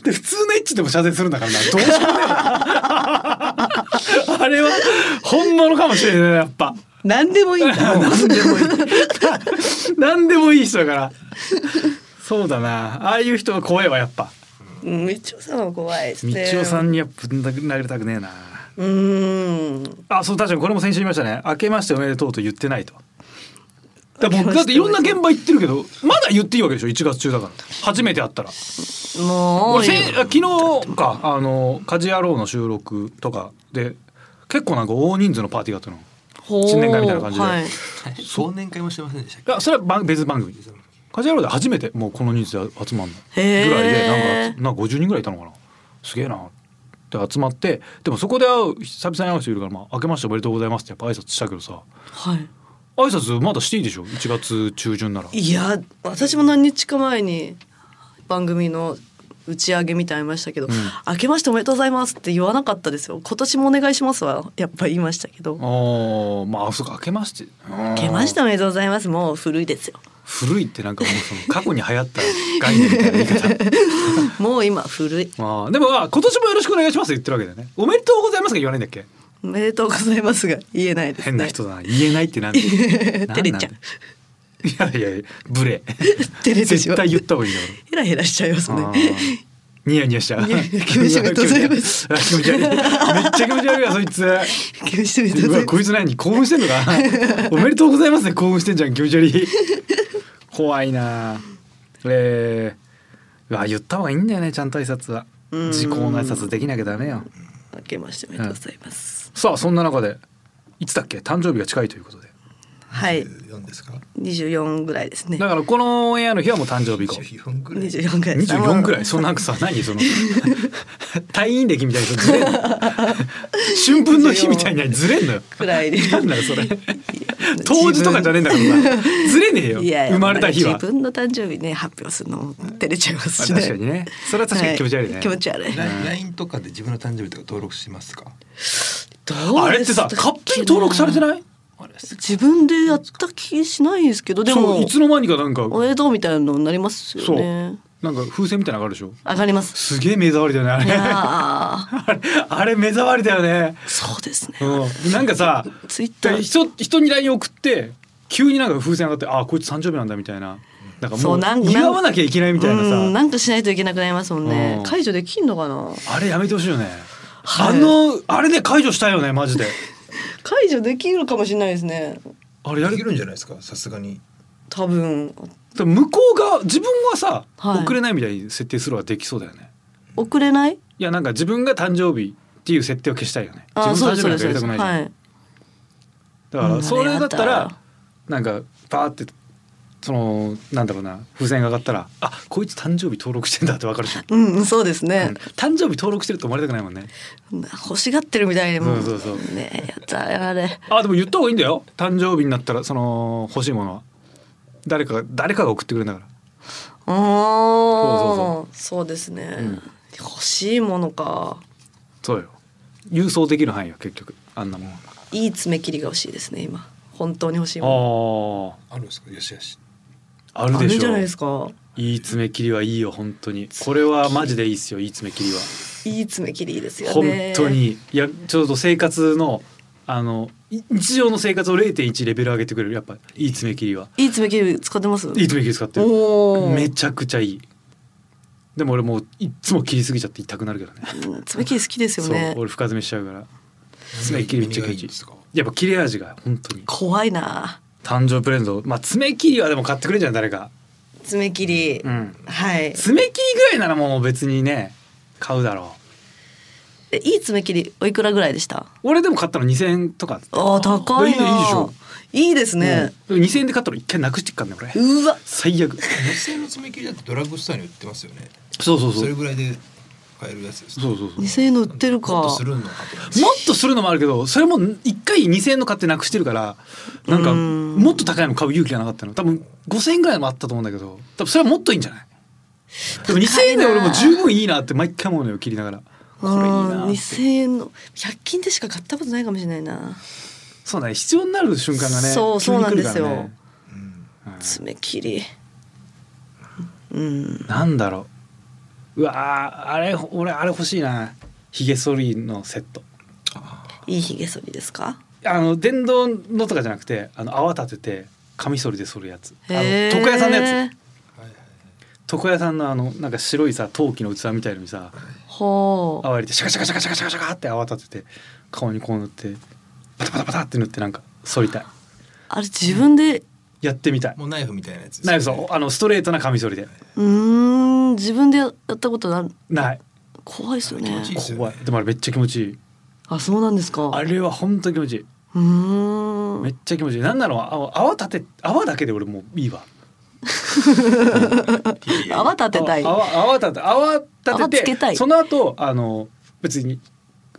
Speaker 2: で普通のエッチでも射精するんだからなどうしよ うもねえなあれは本物かもしれないやっぱ
Speaker 3: 何でもいいん だ。
Speaker 2: 何でもいい何でもいい人だからそうだなああいう人は怖いわやっぱ
Speaker 3: うん道夫さんは怖いです
Speaker 2: 道
Speaker 3: ね。
Speaker 2: 夫さん。にはぶん殴りたくねえな
Speaker 3: うーん。
Speaker 2: あそう確かにこれも先週言いましたね「明けましておめでとう」と言ってないと。だから
Speaker 3: 明け
Speaker 2: 僕
Speaker 3: まして
Speaker 2: だっていろんな現場行ってるけどまだ言っていいわけでしょ1月中だから初めて会ったら
Speaker 3: もう
Speaker 2: 俺。先昨日かあの「家事野郎」の収録とかで結構なんか大人数のパーティーがあったの
Speaker 3: ほう
Speaker 2: 新年会みたいな感じで
Speaker 3: はい、
Speaker 5: 忘年会もしてませんでしたっ
Speaker 2: いやそれは番別番組ですカジュアルで初めてもうこの人数で集まるのぐ
Speaker 3: へー
Speaker 2: らいでなんかなんか50人ぐらいいたのかなすげえなって集まってでもそこで会う久々に会う人いるから、まあ「明けましておめでとうございます」ってやっぱ挨拶したけどさ
Speaker 3: はい
Speaker 2: 挨拶まだしていいでしょ1月中旬なら
Speaker 3: いや私も何日か前に番組の打ち上げみたいなのありましたけど、
Speaker 2: うん
Speaker 3: 明けましておめでとうございますって言わなかったですよ今年もお願いしますはやっぱ言いましたけど
Speaker 2: あーまあそうか明けまして明
Speaker 3: 明けましておめでとうございますもう古いですよ
Speaker 2: 古いってなんかもうその過去に流行った概念みたいな言い方
Speaker 3: もう今古い
Speaker 2: まあでもまあ今年もよろしくお願いしますって言ってるわけだよねおめでとうございますが言わないんだっけ
Speaker 3: おめでとうございますが言えないですね
Speaker 2: 変な人だな言えないってなんで
Speaker 3: 照れちゃう
Speaker 2: なんなんだいやいやいやブレ
Speaker 3: 照れてし
Speaker 2: 絶
Speaker 3: まう
Speaker 2: 対言った方がいいよ
Speaker 3: ヘラヘラしちゃいますね
Speaker 2: あーニヤニヤしちゃう
Speaker 3: ニヤニヤ気持ち悪い気持ち悪い
Speaker 2: あ 気持ち悪いめっちゃ気持ち悪いわそいつ
Speaker 3: 明けましておめでと
Speaker 2: う
Speaker 3: うござ
Speaker 2: わ
Speaker 3: います
Speaker 2: こいつ何興奮してんのか おめでとうございますね興奮してんじゃん気持ち悪い怖いなえー、うわ言った方がいいんだよねちゃんと挨拶は
Speaker 3: うん
Speaker 2: 時効の挨拶できなきゃダメよ
Speaker 3: 明けましておめでとうございます、
Speaker 2: さあそんな中でいつだっけ誕生日が近いということで
Speaker 3: はい
Speaker 4: 四ですか。
Speaker 3: 24ぐらいですね
Speaker 2: だからこのオンエアの日はもう誕生日以 降
Speaker 4: 十四ぐらい。
Speaker 3: 24ぐらいです
Speaker 2: 24くらいそんなんかさ何 その退院歴みたいにずれんの春分の日みたいなずれんのよ
Speaker 3: くらいで
Speaker 2: なんだよそれ当時とかじゃねえんだからさずれねえよ
Speaker 3: いやいや
Speaker 2: 生まれた日は
Speaker 3: 自分の誕生日ね発表するのも照れちゃいますし、
Speaker 2: まあ確かにねそれは確かに気持ち悪いね
Speaker 3: は気持ち悪い
Speaker 4: ラインラインとかで自分の誕生日とか登録しますか。
Speaker 2: あれってさ勝手に登録されて
Speaker 3: い
Speaker 2: ない
Speaker 3: 自分でやった気しないんですけどで
Speaker 2: そう
Speaker 3: も
Speaker 2: いつの間にかなんか
Speaker 3: おめでとうみたいなのになりますよ
Speaker 2: そう
Speaker 3: ね
Speaker 2: なんか風船みたいなのがあるでしょ
Speaker 3: 上がります
Speaker 2: すげえ目障りだよ
Speaker 3: い
Speaker 2: ねあ
Speaker 3: やー
Speaker 2: れ あれ目障りだよね
Speaker 3: そうですね
Speaker 2: うんなんかさ
Speaker 3: ツイッタ
Speaker 2: で
Speaker 3: ー
Speaker 2: 人人に LINE 送って急になんか風船上がってあこいつ誕生日なんだみたいななんか
Speaker 3: そ
Speaker 2: も
Speaker 3: う
Speaker 2: う
Speaker 3: なんか
Speaker 2: 祝わなきゃいけないみたいなさ
Speaker 3: うんなんかしないといけなくなりますもんね
Speaker 2: うん
Speaker 3: 解除できんのかな
Speaker 2: あれやめてほしいよね、
Speaker 3: はい
Speaker 2: あのあれね解除したいよねマジで
Speaker 3: 解除できるかもしれないですね
Speaker 2: あれや
Speaker 4: で
Speaker 2: る
Speaker 4: きるんじゃないですか。さすがに。
Speaker 3: 多分
Speaker 2: でも向こうが自分はさ、
Speaker 3: はい
Speaker 2: 送れないみたいに設定するはできそうだよね
Speaker 3: 遅れない
Speaker 2: いやなんか自分が誕生日っていう設定を消したいよね
Speaker 3: あー
Speaker 2: 自
Speaker 3: そう
Speaker 2: 分の
Speaker 3: で
Speaker 2: 誕
Speaker 3: す
Speaker 2: 生
Speaker 3: そ
Speaker 2: 日
Speaker 3: う
Speaker 2: なん
Speaker 3: で
Speaker 2: かやりた
Speaker 3: すそうです
Speaker 2: くないじゃん
Speaker 3: はい
Speaker 2: だからそれだった
Speaker 3: うんあれや
Speaker 2: ら
Speaker 3: だ
Speaker 2: なんかパーってそのなんだろうな風船が上がったらあこいつ誕生日登録してんだってわかるじゃん
Speaker 3: うんそうですね
Speaker 2: うん誕生日登録してると思われたくないもんね
Speaker 3: 欲しがってるみたいでもう
Speaker 2: そうそうそ
Speaker 3: ねえやったよあれ
Speaker 2: あでも言った方がいいんだよ誕生日になったらその欲しいものは誰かが誰かが送ってくれるんだから
Speaker 3: お
Speaker 2: そう
Speaker 3: おそうですね、
Speaker 2: うん
Speaker 3: 欲しいものか
Speaker 2: そうよ郵送できる範囲は結局あんなもん
Speaker 3: いい爪切りが欲しいですね今本当に欲しいも
Speaker 4: あ
Speaker 2: は
Speaker 4: るんですか。よしよし。
Speaker 2: ああ
Speaker 3: の
Speaker 2: る
Speaker 3: あ
Speaker 2: で
Speaker 3: るん
Speaker 2: し
Speaker 3: じゃ
Speaker 2: ょ
Speaker 3: ないですか
Speaker 2: いい爪切りはいいよ本当にこれはマジでいいっすよいい爪切りはい
Speaker 3: い爪切りですよ
Speaker 2: 本
Speaker 3: ね
Speaker 2: 当にいやちょっと生活のあのい日常の生活を0.1レベル上げてくれるやっぱいい爪切りはい
Speaker 3: い爪切り使ってます
Speaker 2: いい爪切り使ってる
Speaker 3: おお
Speaker 2: めちゃくちゃいいでも俺もういっつも切りすぎちゃって痛くなるけどね
Speaker 3: 爪切り好きですよね
Speaker 2: そう俺深爪しちゃうから爪切りめっちゃ気
Speaker 4: 何がい
Speaker 2: 持ちい
Speaker 4: いん
Speaker 2: い
Speaker 4: ですか
Speaker 2: やっぱ切れ味が本当に
Speaker 3: 怖いな
Speaker 2: 誕生日プレゼントまあ爪切りはでも買ってくれんじゃん誰か
Speaker 3: 爪切り、
Speaker 2: うん
Speaker 3: はい
Speaker 2: 爪切りぐらいならもう別にね買うだろ
Speaker 3: えいい爪切りおいくらぐらいでした
Speaker 2: う俺でも買ったの2000円とか
Speaker 3: あー高い
Speaker 2: いやいいでし
Speaker 3: な
Speaker 2: ょ
Speaker 3: いいですね、
Speaker 2: うんでも2000円で買ったの一回なくしてっからね俺
Speaker 3: うわ
Speaker 2: 最悪
Speaker 4: 日清の爪切りだってドラッグストアに売ってますよね。
Speaker 2: そうそう
Speaker 4: そ
Speaker 2: そう
Speaker 4: れぐらいで買えるやつです。
Speaker 2: そうそうそう
Speaker 3: 2000円の売ってる
Speaker 4: もっ
Speaker 3: か
Speaker 4: とするのかと思います。
Speaker 2: もっとするのもあるけどそれも一回2,000円の買ってなくしてるからなんか
Speaker 3: うん
Speaker 2: もっと高いの買う勇気がなかったの多分5,000円ぐらいもあったと思うんだけど多分それはもっといいんじゃないでも2,000円で俺も十分いいなって毎回思うのよ切りながらこれいいなっ
Speaker 3: うん
Speaker 2: て
Speaker 3: 2000円の100均でしか買ったことないかもしれないな
Speaker 2: そうね必要になる瞬間がね
Speaker 3: そうそうなん
Speaker 2: 急に
Speaker 3: で
Speaker 2: 来る
Speaker 3: す
Speaker 2: か
Speaker 3: よ
Speaker 2: らね
Speaker 3: 爪切りうん
Speaker 2: なんだろううわーあれ俺あれ欲しいなヒゲ剃りのセット
Speaker 3: いいひげ剃りですか
Speaker 2: あの電動のとかじゃなくてあの泡立ててカミソリで剃るやつあの
Speaker 3: へー
Speaker 2: 床屋さんのやつ
Speaker 4: はいはい
Speaker 2: 床屋さんのあのなんか白いさ陶器の器みたいのにさ
Speaker 3: ほう
Speaker 2: 泡入れてシャカシャカシャカシャカシャカシャカって泡立てて顔にこう塗ってパタパタパタって塗ってなんか剃りたい
Speaker 3: あれ自分で
Speaker 2: やってみたい
Speaker 4: もうナイフみたいなやつですよ
Speaker 2: な
Speaker 4: ね、
Speaker 2: いそうあのストレートなカミソリで
Speaker 3: うーん自分でやったことな
Speaker 2: ない
Speaker 3: 怖いですよ
Speaker 4: 気
Speaker 3: ね
Speaker 4: 持ちいいですよね
Speaker 2: 怖いでもあれめっちゃ気持ちいい
Speaker 3: あそうなんですか
Speaker 2: あれは本当気持ちいい
Speaker 3: うんうん
Speaker 2: めっちゃ気持ちいいなんなら泡泡立て泡だけで俺もういいわ
Speaker 3: 泡立てたい。
Speaker 2: 泡泡立て泡立
Speaker 3: 泡
Speaker 2: て
Speaker 3: つ
Speaker 2: て
Speaker 3: けたい
Speaker 2: その後あの別に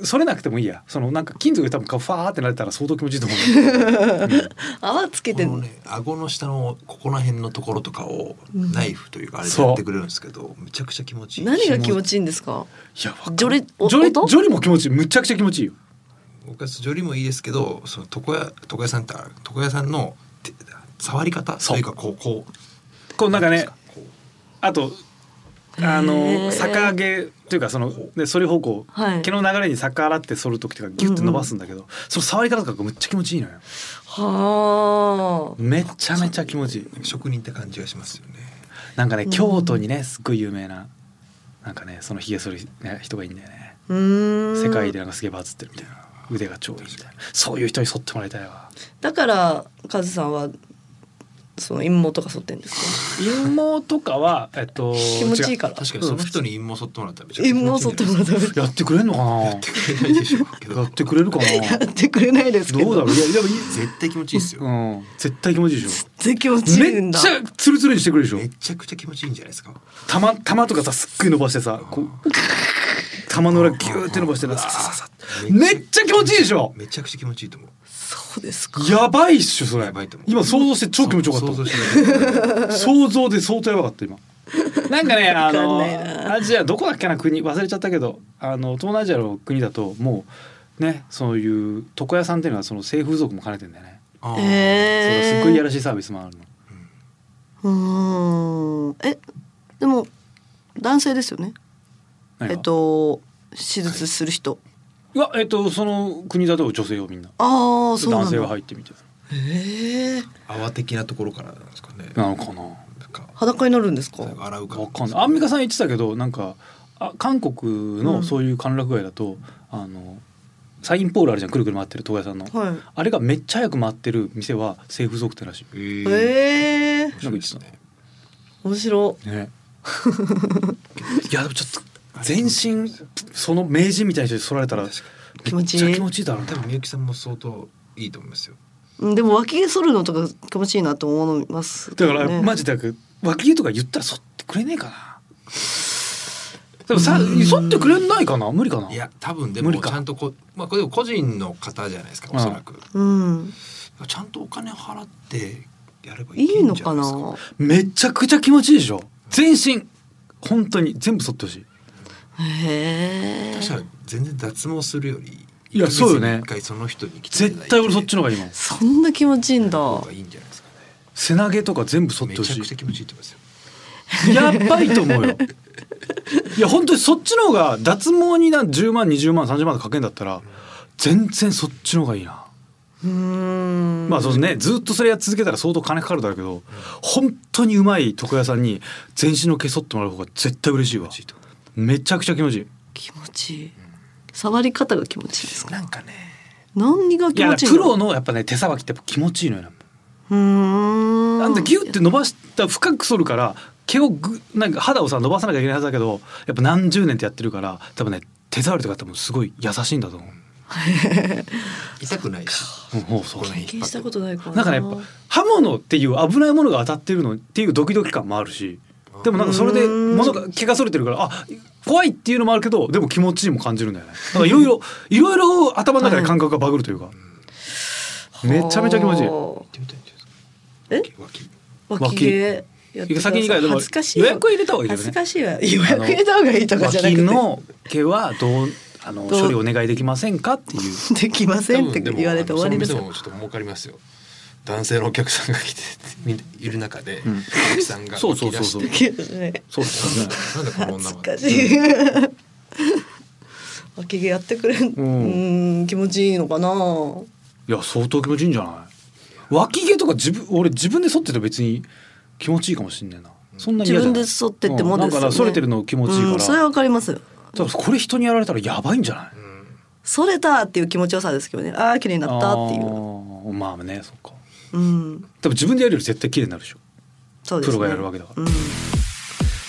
Speaker 2: それなくてもいいやそのなんか金属で多分ファーってなれたら相当気持ちいいと思 ううん
Speaker 3: 泡つけ
Speaker 5: こ
Speaker 3: て
Speaker 5: のね顎の下のここら辺のところとかを
Speaker 3: うん
Speaker 5: ナイフというかあれで
Speaker 2: そう
Speaker 5: やってくれるんですけどめちゃくちゃ気持ちいい
Speaker 3: 何が気持ちいいんですか。
Speaker 2: いやわかんない
Speaker 3: ジョリお
Speaker 2: ジョリ
Speaker 3: 音
Speaker 2: ジョリも気持ちいいむちゃくちゃ気持ちいいよ
Speaker 5: 僕
Speaker 4: 僕は
Speaker 5: は
Speaker 4: ジョリもいいですけどその床屋床屋さんってある床屋さんの手触り方
Speaker 2: そう
Speaker 4: というかこうこう
Speaker 2: こうなんかね
Speaker 4: こう
Speaker 2: あとあ
Speaker 3: へ
Speaker 2: の
Speaker 3: ー
Speaker 2: 逆上げというかそので反り方向、
Speaker 3: はい
Speaker 2: 毛の流れに逆らって反る時とかギュッて伸ばすんだけど、その触り方とかむっちゃ気持ちいいのよ
Speaker 3: はあ。
Speaker 2: めちゃめちゃ気持ちいい
Speaker 4: 職人って感じがしますよね
Speaker 2: なんかね京都にねすっごい有名ななんかねそのひげ剃り、ね、人がいいんだよね
Speaker 3: うーん。
Speaker 2: 世界で。なんかすげえバズってるみたいな腕が超いいみたいなそういう人に剃ってもらいたいわ
Speaker 3: だからカズさんはその陰謀とか剃ってん です
Speaker 2: 陰毛とかはえっと
Speaker 3: か。気持ちいいから。
Speaker 5: 確かにその人に陰謀剃ってもらったらめちゃくち
Speaker 3: 陰
Speaker 5: ゃ気
Speaker 3: 謀
Speaker 5: 持ちい
Speaker 3: 剃
Speaker 5: いん
Speaker 3: っ
Speaker 5: じ
Speaker 3: て
Speaker 5: ゃない
Speaker 3: もらったら
Speaker 2: やってくれんのかな
Speaker 5: です
Speaker 2: や
Speaker 5: かないでしょうけど
Speaker 2: ってくれるかな
Speaker 3: やってくれないですけど。
Speaker 2: どうだろういやでもいい
Speaker 5: 絶対気持ちいいですよ
Speaker 2: うん絶対気持ちいいでしょ
Speaker 3: 絶対気持ちいい
Speaker 2: め
Speaker 3: ん
Speaker 2: っ
Speaker 3: だ。
Speaker 2: ちゃツルツルにしてくれるでしょ
Speaker 5: めちゃくちゃ気持ちいいんじゃないですか
Speaker 2: 玉玉とかさすっごい伸ばしてさこう玉の裏ギューって伸ばしてなささささめっちゃ気持ちいいでしょ
Speaker 5: めちゃくちゃ気持ちいいと思う
Speaker 3: そうですか。
Speaker 2: やばいっしょそれ
Speaker 5: やばいと思う
Speaker 2: 今想像して超気持ちよか
Speaker 5: 想像
Speaker 2: っ
Speaker 5: しない
Speaker 2: た想像で相当やばかった今なんかねあ
Speaker 3: かん
Speaker 2: の
Speaker 3: ないな
Speaker 2: アジアどこだっけな国忘れちゃったけどあの東南アジアの国だともうねそういう床屋さんっていうのはその性風俗も兼ねてんだよね、
Speaker 5: あー
Speaker 2: それが
Speaker 3: ええ。
Speaker 2: すっごいいやらしいサービスもあるの
Speaker 3: うーん。え、でも男性ですよね。
Speaker 2: 何が
Speaker 3: えっと手術する人。
Speaker 2: いやえっとその国だと女性をみんな
Speaker 3: ああ、そうなんだ。
Speaker 2: 男性は入ってみたい
Speaker 3: ええ
Speaker 5: 泡的なところからなんですかね
Speaker 2: ななのか
Speaker 5: な
Speaker 2: な
Speaker 5: んか
Speaker 3: 裸になるんですか。
Speaker 5: 洗うか
Speaker 2: わかんないアンミカさん言ってたけどなんかあ韓国
Speaker 3: う
Speaker 2: の
Speaker 3: ん
Speaker 2: そういう歓楽街だと、あのサインポールあるじゃんくるくる回ってる床屋さんの、
Speaker 3: はい。
Speaker 2: あれがめっちゃ早く回ってる店はセーフ族店らしい
Speaker 5: えー
Speaker 3: ええ
Speaker 5: 面白いですね
Speaker 3: 面白
Speaker 2: ねいやでもちょっと全身その名人みたいな人に剃られたらめっ
Speaker 5: 確か
Speaker 2: ちゃ
Speaker 3: 気持ちいい
Speaker 2: 気持ちいいだろう
Speaker 5: に
Speaker 2: ね
Speaker 5: 多分みゆきさんも相当いいと思いますよ
Speaker 3: い。うんでも脇毛剃るのとか気持ちいいなと思いますけ
Speaker 2: だ
Speaker 3: ど
Speaker 2: か
Speaker 3: ね、
Speaker 2: ら、マジで脇毛とか言ったら剃ってくれねえかなでもさ剃ってくれないかな無理かない
Speaker 5: や多分で
Speaker 2: 無理
Speaker 5: も
Speaker 2: か
Speaker 5: ちゃんとこまあこれでも個人の方じゃないですか
Speaker 2: うん
Speaker 5: おそらく
Speaker 3: うん。
Speaker 5: ちゃんとお金払ってやればい
Speaker 3: い
Speaker 5: い
Speaker 3: い
Speaker 5: ん
Speaker 3: の
Speaker 5: じゃな
Speaker 3: か
Speaker 5: いで
Speaker 3: な
Speaker 5: すか。
Speaker 2: めちゃくちゃ気持ちいいでしょ全身本当に全部剃ってほしい
Speaker 3: へえ
Speaker 5: そ。したら全然脱毛するより
Speaker 2: いやそうよね
Speaker 5: 一回その人に来ていただ
Speaker 2: 絶
Speaker 5: いて
Speaker 2: 対俺そっちの方がいいもん
Speaker 3: そんな気持ちいいんだ。
Speaker 5: 方がいいんじゃないですかね
Speaker 2: 背投げとか全部剃っ
Speaker 5: め
Speaker 2: てほ
Speaker 5: ちゃ
Speaker 2: し
Speaker 5: くちゃ
Speaker 2: い
Speaker 5: 気持ちいいと思いますよ
Speaker 2: やばいと思うよいや本当にそっちの方が脱毛になん10万20万30万かけんだったら全然そっちの方がいいな、
Speaker 3: うーん。
Speaker 2: まあそうですねずっとそれや続けたら相当金かかるだろうけど、本当にうまい床屋さんに全身の毛剃ってもらう方が絶対嬉しいわ
Speaker 5: 気持ちいいと思
Speaker 2: めちゃくちゃ気持ちいい
Speaker 3: 気持ちいい。触り方が気持ちいいです
Speaker 5: う
Speaker 3: か。
Speaker 5: なんかね
Speaker 3: 何が
Speaker 2: い
Speaker 3: 気
Speaker 2: や
Speaker 3: 持ちいい
Speaker 2: プロ
Speaker 3: の。
Speaker 2: のやっぱね手さばきってやっぱ気持ちいいのよな
Speaker 3: うーん。
Speaker 2: なんでギュって伸ばした深く剃るから毛をぐなんか肌をさ伸ばさなきゃいけないはずだけどやっぱ何十年ってやってるから多分ね手触りとか多分すごい優しいんだと思う
Speaker 5: 痛くないし
Speaker 2: うん。うんそう
Speaker 5: この辺
Speaker 3: 経験したことないから。
Speaker 2: なんかねやっぱ刃物っていう危ないものが当たってるのっていうドキドキ感もあるしでもなんかそれで
Speaker 3: うん
Speaker 2: 物が毛が剃れてるからあ怖いっていうのもあるけどでも気持ちいいも感じるんだよねなんかいろ いろいろいろ頭の中で感覚がバグるというかめちゃめちゃ気持ちいい
Speaker 3: は
Speaker 5: 行ってみたいんじゃ
Speaker 3: あえ
Speaker 5: ないですか脇
Speaker 3: 脇毛。やってください
Speaker 2: 先に言うからでも
Speaker 3: 恥ずかしい
Speaker 2: 予
Speaker 3: よ。
Speaker 2: 約入れた方がいいけどね
Speaker 3: 恥ずかしいわ。予約入れた方がいいとかじゃなく
Speaker 2: 脇
Speaker 3: て。
Speaker 2: の毛はどうあの
Speaker 3: どう
Speaker 2: 処理お願いできませんかっていう
Speaker 3: できませんって
Speaker 5: 多分でも
Speaker 3: 言われて終わりです
Speaker 5: あのその店
Speaker 3: よ
Speaker 5: も。ちょっと儲かりますよ男性のお客さんが来てみんないる中で、
Speaker 2: ん
Speaker 5: お客さんが
Speaker 2: そうそうそうそう
Speaker 5: 聞き出して
Speaker 3: ね
Speaker 2: そうですね
Speaker 5: なんでこの女
Speaker 3: 恥ず
Speaker 5: は
Speaker 3: かしい。 脇毛やってくれん。
Speaker 2: う
Speaker 3: うんん、気持ちいいのかな。
Speaker 2: いや相当気持ちいいんじゃない脇毛とか自分俺自分で剃ってたら別に気持ちいいかもしんねえなそんなに
Speaker 3: 自
Speaker 2: 嫌じゃ
Speaker 3: 分
Speaker 2: ない
Speaker 3: で剃ってってもです
Speaker 2: うんな
Speaker 3: よ
Speaker 2: んか
Speaker 3: ね。
Speaker 2: な剃れてるの気持ちいいから、
Speaker 3: うんそれはわかります。
Speaker 2: だからこれ人にやられたらやばいんじゃない
Speaker 3: 剃れたっていう気持ちよさですけどね。ああ綺麗になったってい
Speaker 2: あ
Speaker 3: う。
Speaker 2: ーまあねそっか
Speaker 3: うん、
Speaker 2: 多分自分でやるより絶対綺麗になるでしょ
Speaker 3: そうです、ね。
Speaker 2: プロがやるわけだから
Speaker 3: うん。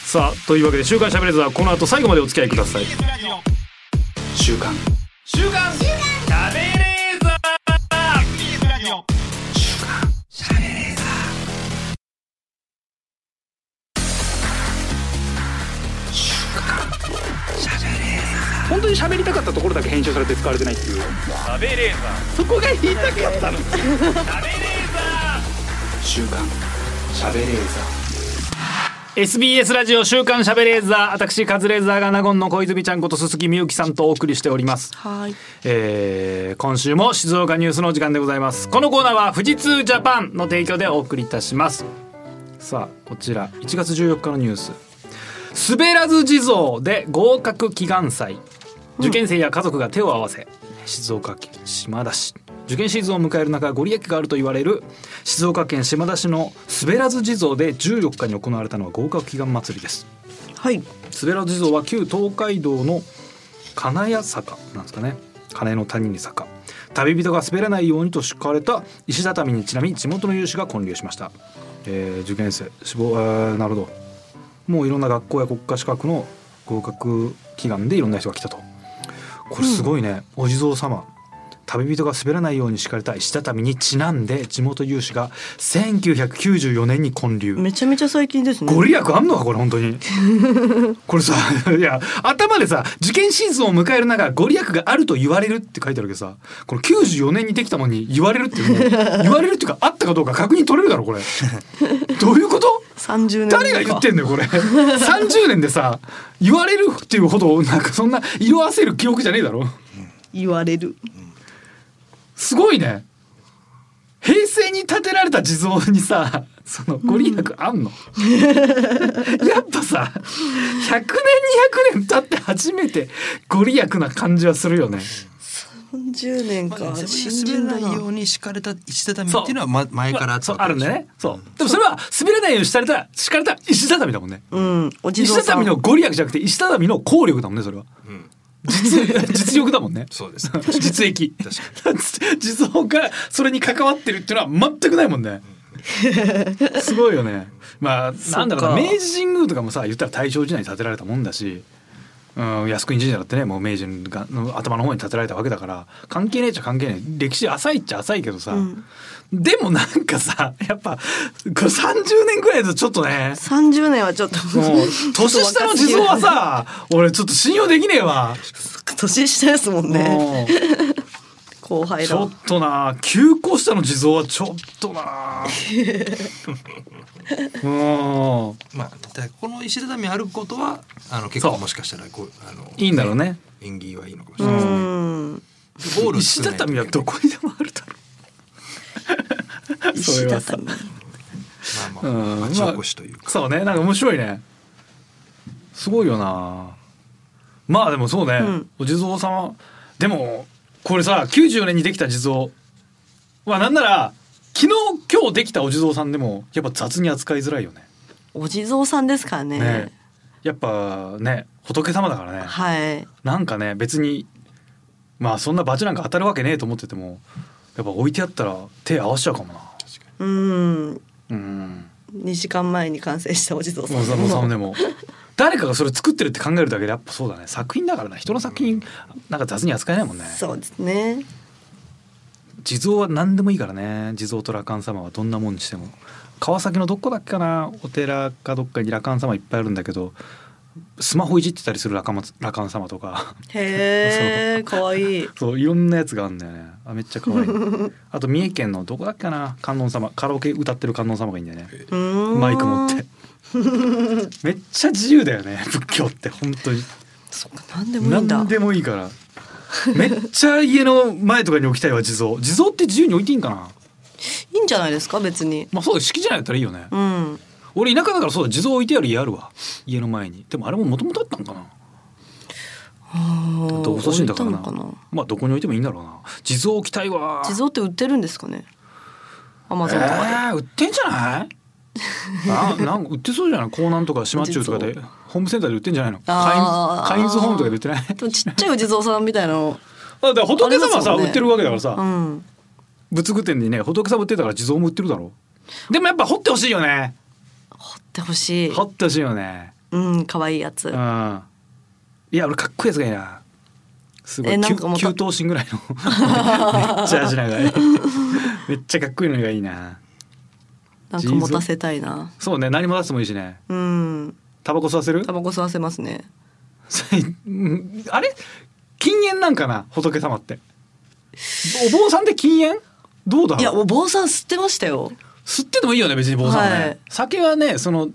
Speaker 2: さあというわけで「週刊しゃべれず」はこの後最後までお付き合いください
Speaker 1: 週刊
Speaker 2: 週刊しゃべれー
Speaker 1: に喋りたかったところだけ編集されて使われてないっていうそこが言いたかったの週刊しゃべレーザー
Speaker 2: SBS ラジオ週刊しゃべレーザー私カズレーザーがナゴンの小泉ちゃんこと鈴木みゆきさんとお送りしております、
Speaker 3: はい。
Speaker 2: えー今週も静岡ニュースのお時間でございますこのコーナーは富士通ジャパンの提供でお送りいたしますさあこちら1月14日のニュース滑らず地蔵で合格祈願祭受験生や家族が手を合わせ静岡県島田市受験シーズンを迎える中ご利益があると言われる静岡県島田市の滑らず地蔵で14日に行われたのは合格祈願祭りです
Speaker 3: はい。
Speaker 2: 滑らず地蔵は旧東海道の金谷坂なんですかね金の谷に坂旅人が滑らないようにと敷かれた石畳にちなみ地元の有志が建立しました、えー受験生志望、えーなるほどもういろんな学校や国家資格の合格祈願でいろんな人が来たとこれすごいね、お地蔵様旅人が滑らないように敷かれた石畳にちなんで地元有志が1994年に建立
Speaker 3: めちゃめちゃ最近ですね。
Speaker 2: ご利益あんのかこれ本当 にこれさ いや頭でさ受験シーズンを迎える中ご利益があると言われるって書いてあるけどさこれ94年にできたのに言われるっていうね 言われるっていうかあったかどうか確認取れるだろ これどういうこと
Speaker 3: 三十年後か。
Speaker 2: 誰が言ってんのよこれ30年でさ言われるっていうほどなんかそんな色あせる記憶じゃねえだろ
Speaker 3: 言われる。
Speaker 2: すごいね平成に建てられた地蔵にさそのご利益あんの、やっぱさ100年200年経って初めてご利益な感じはするよね
Speaker 3: 三十年
Speaker 4: まあ
Speaker 3: か。
Speaker 4: ね自
Speaker 3: 新
Speaker 4: 分
Speaker 3: 人
Speaker 4: が
Speaker 3: だ
Speaker 4: 滑らないよ
Speaker 3: な。
Speaker 4: うに敷かれた石畳っていうのは、ま、前からあった
Speaker 2: そう
Speaker 4: わけ
Speaker 2: あるんだよねそうでもそれは滑らないように敷かれた敷かれた石畳だもんね
Speaker 3: うん。お地
Speaker 2: 石
Speaker 3: 蔵さん。
Speaker 2: 畳のご利益じゃなくて石畳の効力だもんねそれは
Speaker 4: うん、
Speaker 2: 実 実力だもんね
Speaker 4: そうです
Speaker 2: 実益地蔵がそれに関わってるっていうのは全くないもん ねすごいよねまあなんだろうな
Speaker 3: そっか
Speaker 2: 明治神宮とかもさ言ったら大正時代に建てられたもんだし、うん、靖国神社だってねもう明治がの頭の方に建てられたわけだから関係ねえっちゃ関係ねえ歴史浅いっちゃ浅いけどさ、
Speaker 3: うん
Speaker 2: でもなんかさやっぱこれ30年ぐらいだとちょっとね
Speaker 3: 三十年はちょっと。
Speaker 2: もう年下の地蔵は。さ俺ちょっと信用できねえわ。
Speaker 3: 年下ですもんね。
Speaker 2: うん
Speaker 3: 後輩
Speaker 2: ち
Speaker 3: だ
Speaker 2: ょ。っとな急行下の地蔵はちょっと なうん
Speaker 4: まあ、だからこの石畳あることはあの結
Speaker 2: そ
Speaker 4: 構
Speaker 2: う
Speaker 4: もしかしたらこうあの
Speaker 2: いいんだろうね
Speaker 4: 縁起はいいのかもしれ
Speaker 3: う
Speaker 4: ないですね。
Speaker 3: ん。
Speaker 4: ゴール
Speaker 2: 石畳はどこにでもあるだろうそ
Speaker 3: 石
Speaker 2: れはさ
Speaker 3: 畳。
Speaker 4: まあまあ、
Speaker 2: うん
Speaker 4: 町おこしというか、
Speaker 2: そうねなんか面白いねすごいよなまあでもそうね、
Speaker 3: うん
Speaker 2: お地蔵様でもこれさ94年にできた地蔵はなんなら昨日今日できたお地蔵さんでもやっぱ雑に扱いづらいよね
Speaker 3: お地蔵さんですからね。
Speaker 2: ねやっぱね仏様だからね
Speaker 3: はい。
Speaker 2: なんかね別にまあそんな罰なんか当たるわけねえと思っててもやっぱ置いてあったら手合わしちゃうかもな
Speaker 3: うん。
Speaker 2: うん
Speaker 3: 2時間前に完成したお地蔵さん
Speaker 2: もうさもうさでも誰かがそれ作ってるって考えるだけでやっぱそうだね作品だからな人の作品なんか雑に扱えないもんね
Speaker 3: そうですね
Speaker 2: 地蔵は何でもいいからね地蔵と羅漢様はどんなもんにしても川崎のどこだっけかなお寺かどっかに羅漢様いっぱいあるんだけどスマホいじってたりする羅漢ま羅漢様とか
Speaker 3: へえ可愛い
Speaker 2: そういろんなやつがあるんだよねあめっちゃ可 愛いあと三重県のどこだっけかな観音様カラオケ歌ってる観音様がいいんだよねマ
Speaker 3: マ
Speaker 2: イク持 ってめっちゃ自由だよね仏教って本当に
Speaker 3: そっか何でもいいんだ
Speaker 2: 何でもいいからめっちゃ家の前とかに置きたいわ地蔵地蔵って自由に置いていいんかない
Speaker 3: いんじゃないですか別に
Speaker 2: まあそうだ式じゃないだったらいいよね
Speaker 3: うん
Speaker 2: 俺田舎だからそうだ地蔵置いてある家あるわ家の前にでもあれももともとあったんかな
Speaker 3: ど
Speaker 2: どうせ死んだからな
Speaker 3: 置いたのか
Speaker 2: まあどこに置いてもいいんだろうな地蔵置きたいわ
Speaker 3: な地蔵って売ってるんですかねアマゾンとかで、
Speaker 2: えー売ってんじゃないあなんか売ってそうじゃない江南とか島中とかで
Speaker 3: 実
Speaker 2: ホームセンターで売ってんじゃないの
Speaker 3: あー
Speaker 2: カインズカインズホームとかで売って ないだ
Speaker 3: でもちっちゃいお地蔵さんみたいなの
Speaker 2: って仏様はさ、
Speaker 3: ありますもんね
Speaker 2: 売ってるわけだからさ、
Speaker 3: うん
Speaker 2: 仏具店にね仏様売ってたから地蔵も売ってるだろでもやっぱ掘ってほしいよね
Speaker 3: 掘ってほしい
Speaker 2: 掘ってほしいよね
Speaker 3: うん可愛いやつ、
Speaker 2: うんいや俺かっこいいやつがいいなすごい
Speaker 3: えなん
Speaker 2: 九
Speaker 3: かまた
Speaker 2: 九頭身ぐらいのめ っちゃ足長いめっちゃかっこいいのがいいな
Speaker 3: なんか持たせたいな
Speaker 2: そうね何も出してもいいしね
Speaker 3: うん
Speaker 2: タバコ吸わせる
Speaker 3: タバコ吸わせますね
Speaker 2: それうんあれ禁煙なんかな仏様ってお坊さんって禁煙どうだ
Speaker 3: いや
Speaker 2: ろう
Speaker 3: お坊さん吸ってましたよ
Speaker 2: 吸っててもいいよね別に坊さんはね、
Speaker 3: はい
Speaker 2: 酒はねその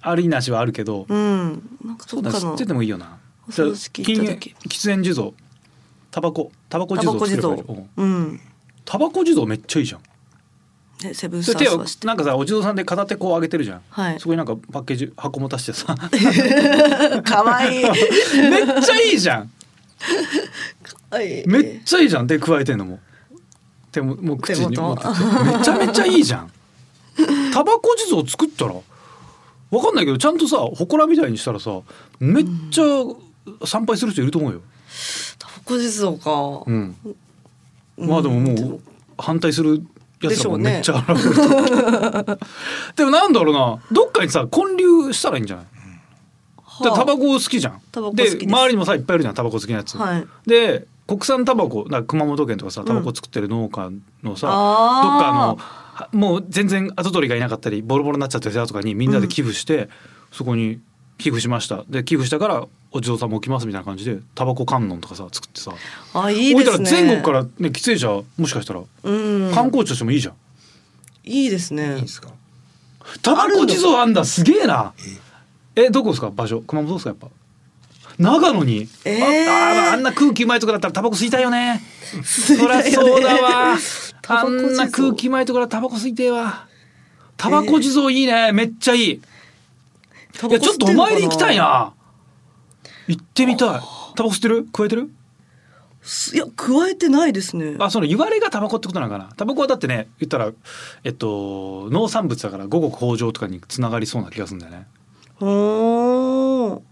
Speaker 2: ありなしはあるけど、
Speaker 3: うんなんか
Speaker 2: そ
Speaker 3: ど
Speaker 2: うだ
Speaker 3: っか
Speaker 2: 吸
Speaker 3: の
Speaker 2: っててもいいよな
Speaker 3: お葬式行った時
Speaker 2: 禁煙喫煙地蔵タバコタバコ
Speaker 3: タ
Speaker 2: 地
Speaker 3: バ
Speaker 2: 蔵
Speaker 3: コ
Speaker 2: 作
Speaker 3: 地
Speaker 2: れば
Speaker 3: 蔵
Speaker 2: いいじゃんうん
Speaker 3: うん
Speaker 2: タバコ地蔵めっちゃいいじゃん
Speaker 3: ねセブン
Speaker 2: そ
Speaker 3: ス
Speaker 2: れ手
Speaker 3: ターズ
Speaker 2: を
Speaker 3: はして
Speaker 2: なんかさお地蔵さんで片手こう上げてるじゃん、
Speaker 3: はい
Speaker 2: そこになんかパッケージ箱も足して さ
Speaker 3: かわ いい
Speaker 2: めっちゃいいじゃん
Speaker 3: はい
Speaker 2: めっちゃいいじゃん手加えてんのも手ももう口に
Speaker 3: 手
Speaker 2: 持って
Speaker 3: 元
Speaker 2: てめちゃめちゃいいじゃんタバコ地蔵作ったらわかんないけどちゃんとさ祠みたいにしたらさめっちゃ参拝する人いると思うよ、
Speaker 3: タバコ地蔵か、
Speaker 2: うん、
Speaker 3: うん
Speaker 2: まあでももう反対するやつらもめっちゃ現れる、 でもなんだろうなどっかにさ混流したらいいんじゃない
Speaker 3: は
Speaker 2: で
Speaker 3: あ
Speaker 2: タバコ好きじゃん。
Speaker 3: タバコ好きです
Speaker 2: 周りにもさいっぱいいるじゃんタバコ好きなやつ。
Speaker 3: はい
Speaker 2: で国産タバコなんか熊本県とかさタバコ作ってる農家のさ、どっかあのはもう全然跡取りがいなかったりボロボロになっちゃったやつとかにみんなで寄付して、そこに寄付しましたで寄付したからお地蔵さんも置きますみたいな感じでタバコ観音とかさ作ってさ
Speaker 3: あいいで
Speaker 2: 置い
Speaker 3: す
Speaker 2: たら
Speaker 3: ね
Speaker 2: 全国から、ね、喫煙者もしかしたら
Speaker 3: うん
Speaker 2: 観光地としてもいいじゃん。
Speaker 3: いいですね
Speaker 4: いいですか
Speaker 2: タバコ地蔵あんだすげえなえどこですか場所熊本ですかやっぱ長野に、
Speaker 3: えー
Speaker 2: あああんな空気うまいとこだったらタバコ吸いたいよねそりゃ
Speaker 3: 吸いたいよね
Speaker 2: そうだわ
Speaker 3: タバ
Speaker 2: あ
Speaker 3: コ地蔵
Speaker 2: んな空気うまいとこだったらタバコ吸いてえわタバコ地蔵いいねめっちゃいい、
Speaker 3: タ
Speaker 2: い
Speaker 3: バ
Speaker 2: や
Speaker 3: コ
Speaker 2: ち
Speaker 3: 吸
Speaker 2: ょってと
Speaker 3: ん
Speaker 2: お
Speaker 3: のか
Speaker 2: 参り行きたいな行ってみたいタバコ吸ってる加えてる
Speaker 3: すいや加えてないですね
Speaker 2: あその言われがタバコってことなのかなタバコはだってね言ったらえっと農産物だから五穀豊穣とかにつながりそうな気がするんだよね
Speaker 3: おー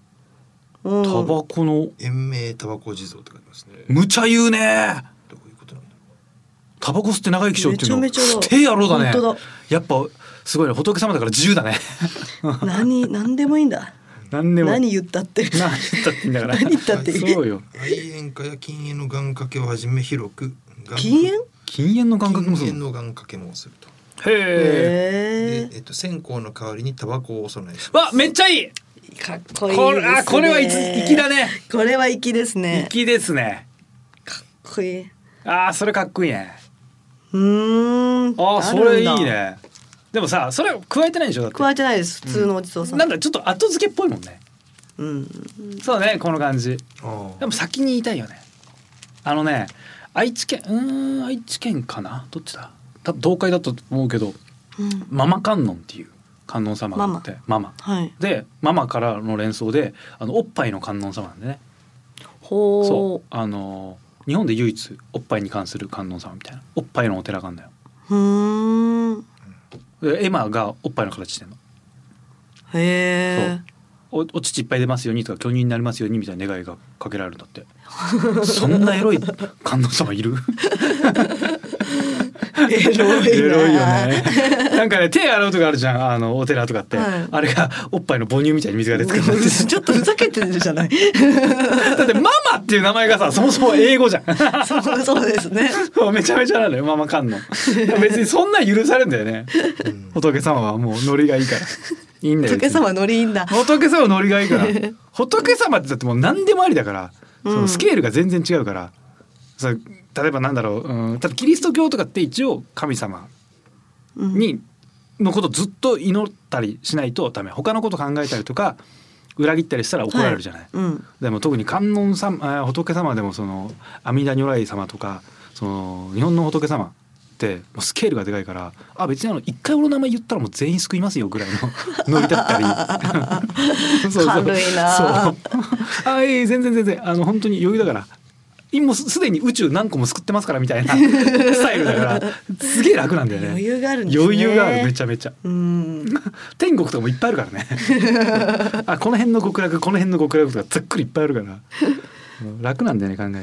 Speaker 3: うん
Speaker 2: タバコの
Speaker 4: 延命タバコ地蔵って書いてますね
Speaker 2: むちゃ言うね
Speaker 4: どういうことなんだろう
Speaker 2: タバコ吸って長生きしようっていうの
Speaker 3: めちゃめちゃだ
Speaker 2: てえ野郎だね
Speaker 3: 本当だ
Speaker 2: やっぱすごいね仏様だから自由だね
Speaker 3: 何何でもいいんだ
Speaker 2: 何でも
Speaker 3: 何言ったって
Speaker 2: 何言ったっていいんだから
Speaker 3: 何言ったっていい
Speaker 2: そうよ
Speaker 4: 肺炎科や禁煙の願掛けをはじめ広く願
Speaker 3: 禁煙
Speaker 2: 禁煙の感覚もす
Speaker 4: 禁
Speaker 2: る
Speaker 4: 煙
Speaker 2: の
Speaker 4: の願掛けもすると
Speaker 2: へえ
Speaker 3: へ
Speaker 4: で、えっと、線香の代わりにタバコをお供えしま
Speaker 2: わ
Speaker 4: す
Speaker 2: めっちゃいい
Speaker 3: えかっこいいですね
Speaker 2: これあこれは粋だね
Speaker 3: これは粋ですね
Speaker 2: 粋ですね
Speaker 3: かっこいい
Speaker 2: あーそれかっこいいね
Speaker 3: うーん
Speaker 2: あーそ
Speaker 3: るん
Speaker 2: れい
Speaker 3: だ
Speaker 2: いねでもさそれ加えてないでしょだって
Speaker 3: 加えてないです普通のお地蔵さん
Speaker 2: なんかちょっと後付けっぽいもんね
Speaker 3: うん
Speaker 2: そうねこの感じ
Speaker 4: あ
Speaker 2: でも先に言いたいよねあのね愛知県うーん愛知県かなどっちだ多分東海だと思うけど
Speaker 3: うん
Speaker 2: ママ観音っていう観音様があってママ
Speaker 3: はい
Speaker 2: でママからの連想であのおっぱいの観音様なんでねそ
Speaker 3: ほ
Speaker 2: うあのー日本で唯一おっぱいに関する観音様みたいなおっぱいのお寺があるんだよ
Speaker 3: ううーん
Speaker 2: でエマがおっぱいの形してんの
Speaker 3: へえ
Speaker 2: おお乳いっぱい出ますようにとか巨乳になりますようにみたいな願いがかけられるんだって そんなエロい観音様いる
Speaker 3: エロいな
Speaker 2: エロいよね。なんかね手洗うとかあるじゃんあのお寺とかって、
Speaker 3: はい
Speaker 2: あれがおっぱいの母乳みたいに水が出てくるんです
Speaker 3: ちょっとふざけてるじ ゃない
Speaker 2: だってママっていう名前がさそもそも英語じゃん。
Speaker 3: そうそうですね
Speaker 2: めちゃめちゃなのよママ観音。別にそんなん許されるんだよね。仏様はもうノリがいいからいいんだよ。
Speaker 3: 仏様ノリいいんだ
Speaker 2: 仏様はノリがいいから仏様ってだってもう何でもありだから、そのスケールが全然違うからそれ例えばなんだろう、うん、ただキリスト教とかって一応神様に、のことずっと祈ったりしないとダメ他のこと考えたりとか裏切ったりしたら怒られるじゃない。
Speaker 3: はうん
Speaker 2: でも特に観音様あ仏様でもその阿弥陀如来様とかその日本の仏様ってもうスケールがでかいからあ別にあの一回俺の名前言ったらもう全員救いますよぐらい のノリだったり
Speaker 3: 軽いな
Speaker 2: そうあいえいえ全然全然あの本当に余裕だから今もうすすでに宇宙何個も救ってますからみたいなスタイルだからすげえ楽なんだよね
Speaker 3: 余裕があるんですね
Speaker 2: 余裕があるめちゃめちゃ
Speaker 3: うん
Speaker 2: 天国とかもいっぱいあるからね あこの辺の極楽この辺の極楽とかざっくりいっぱいあるからうん楽なんだよね考えが。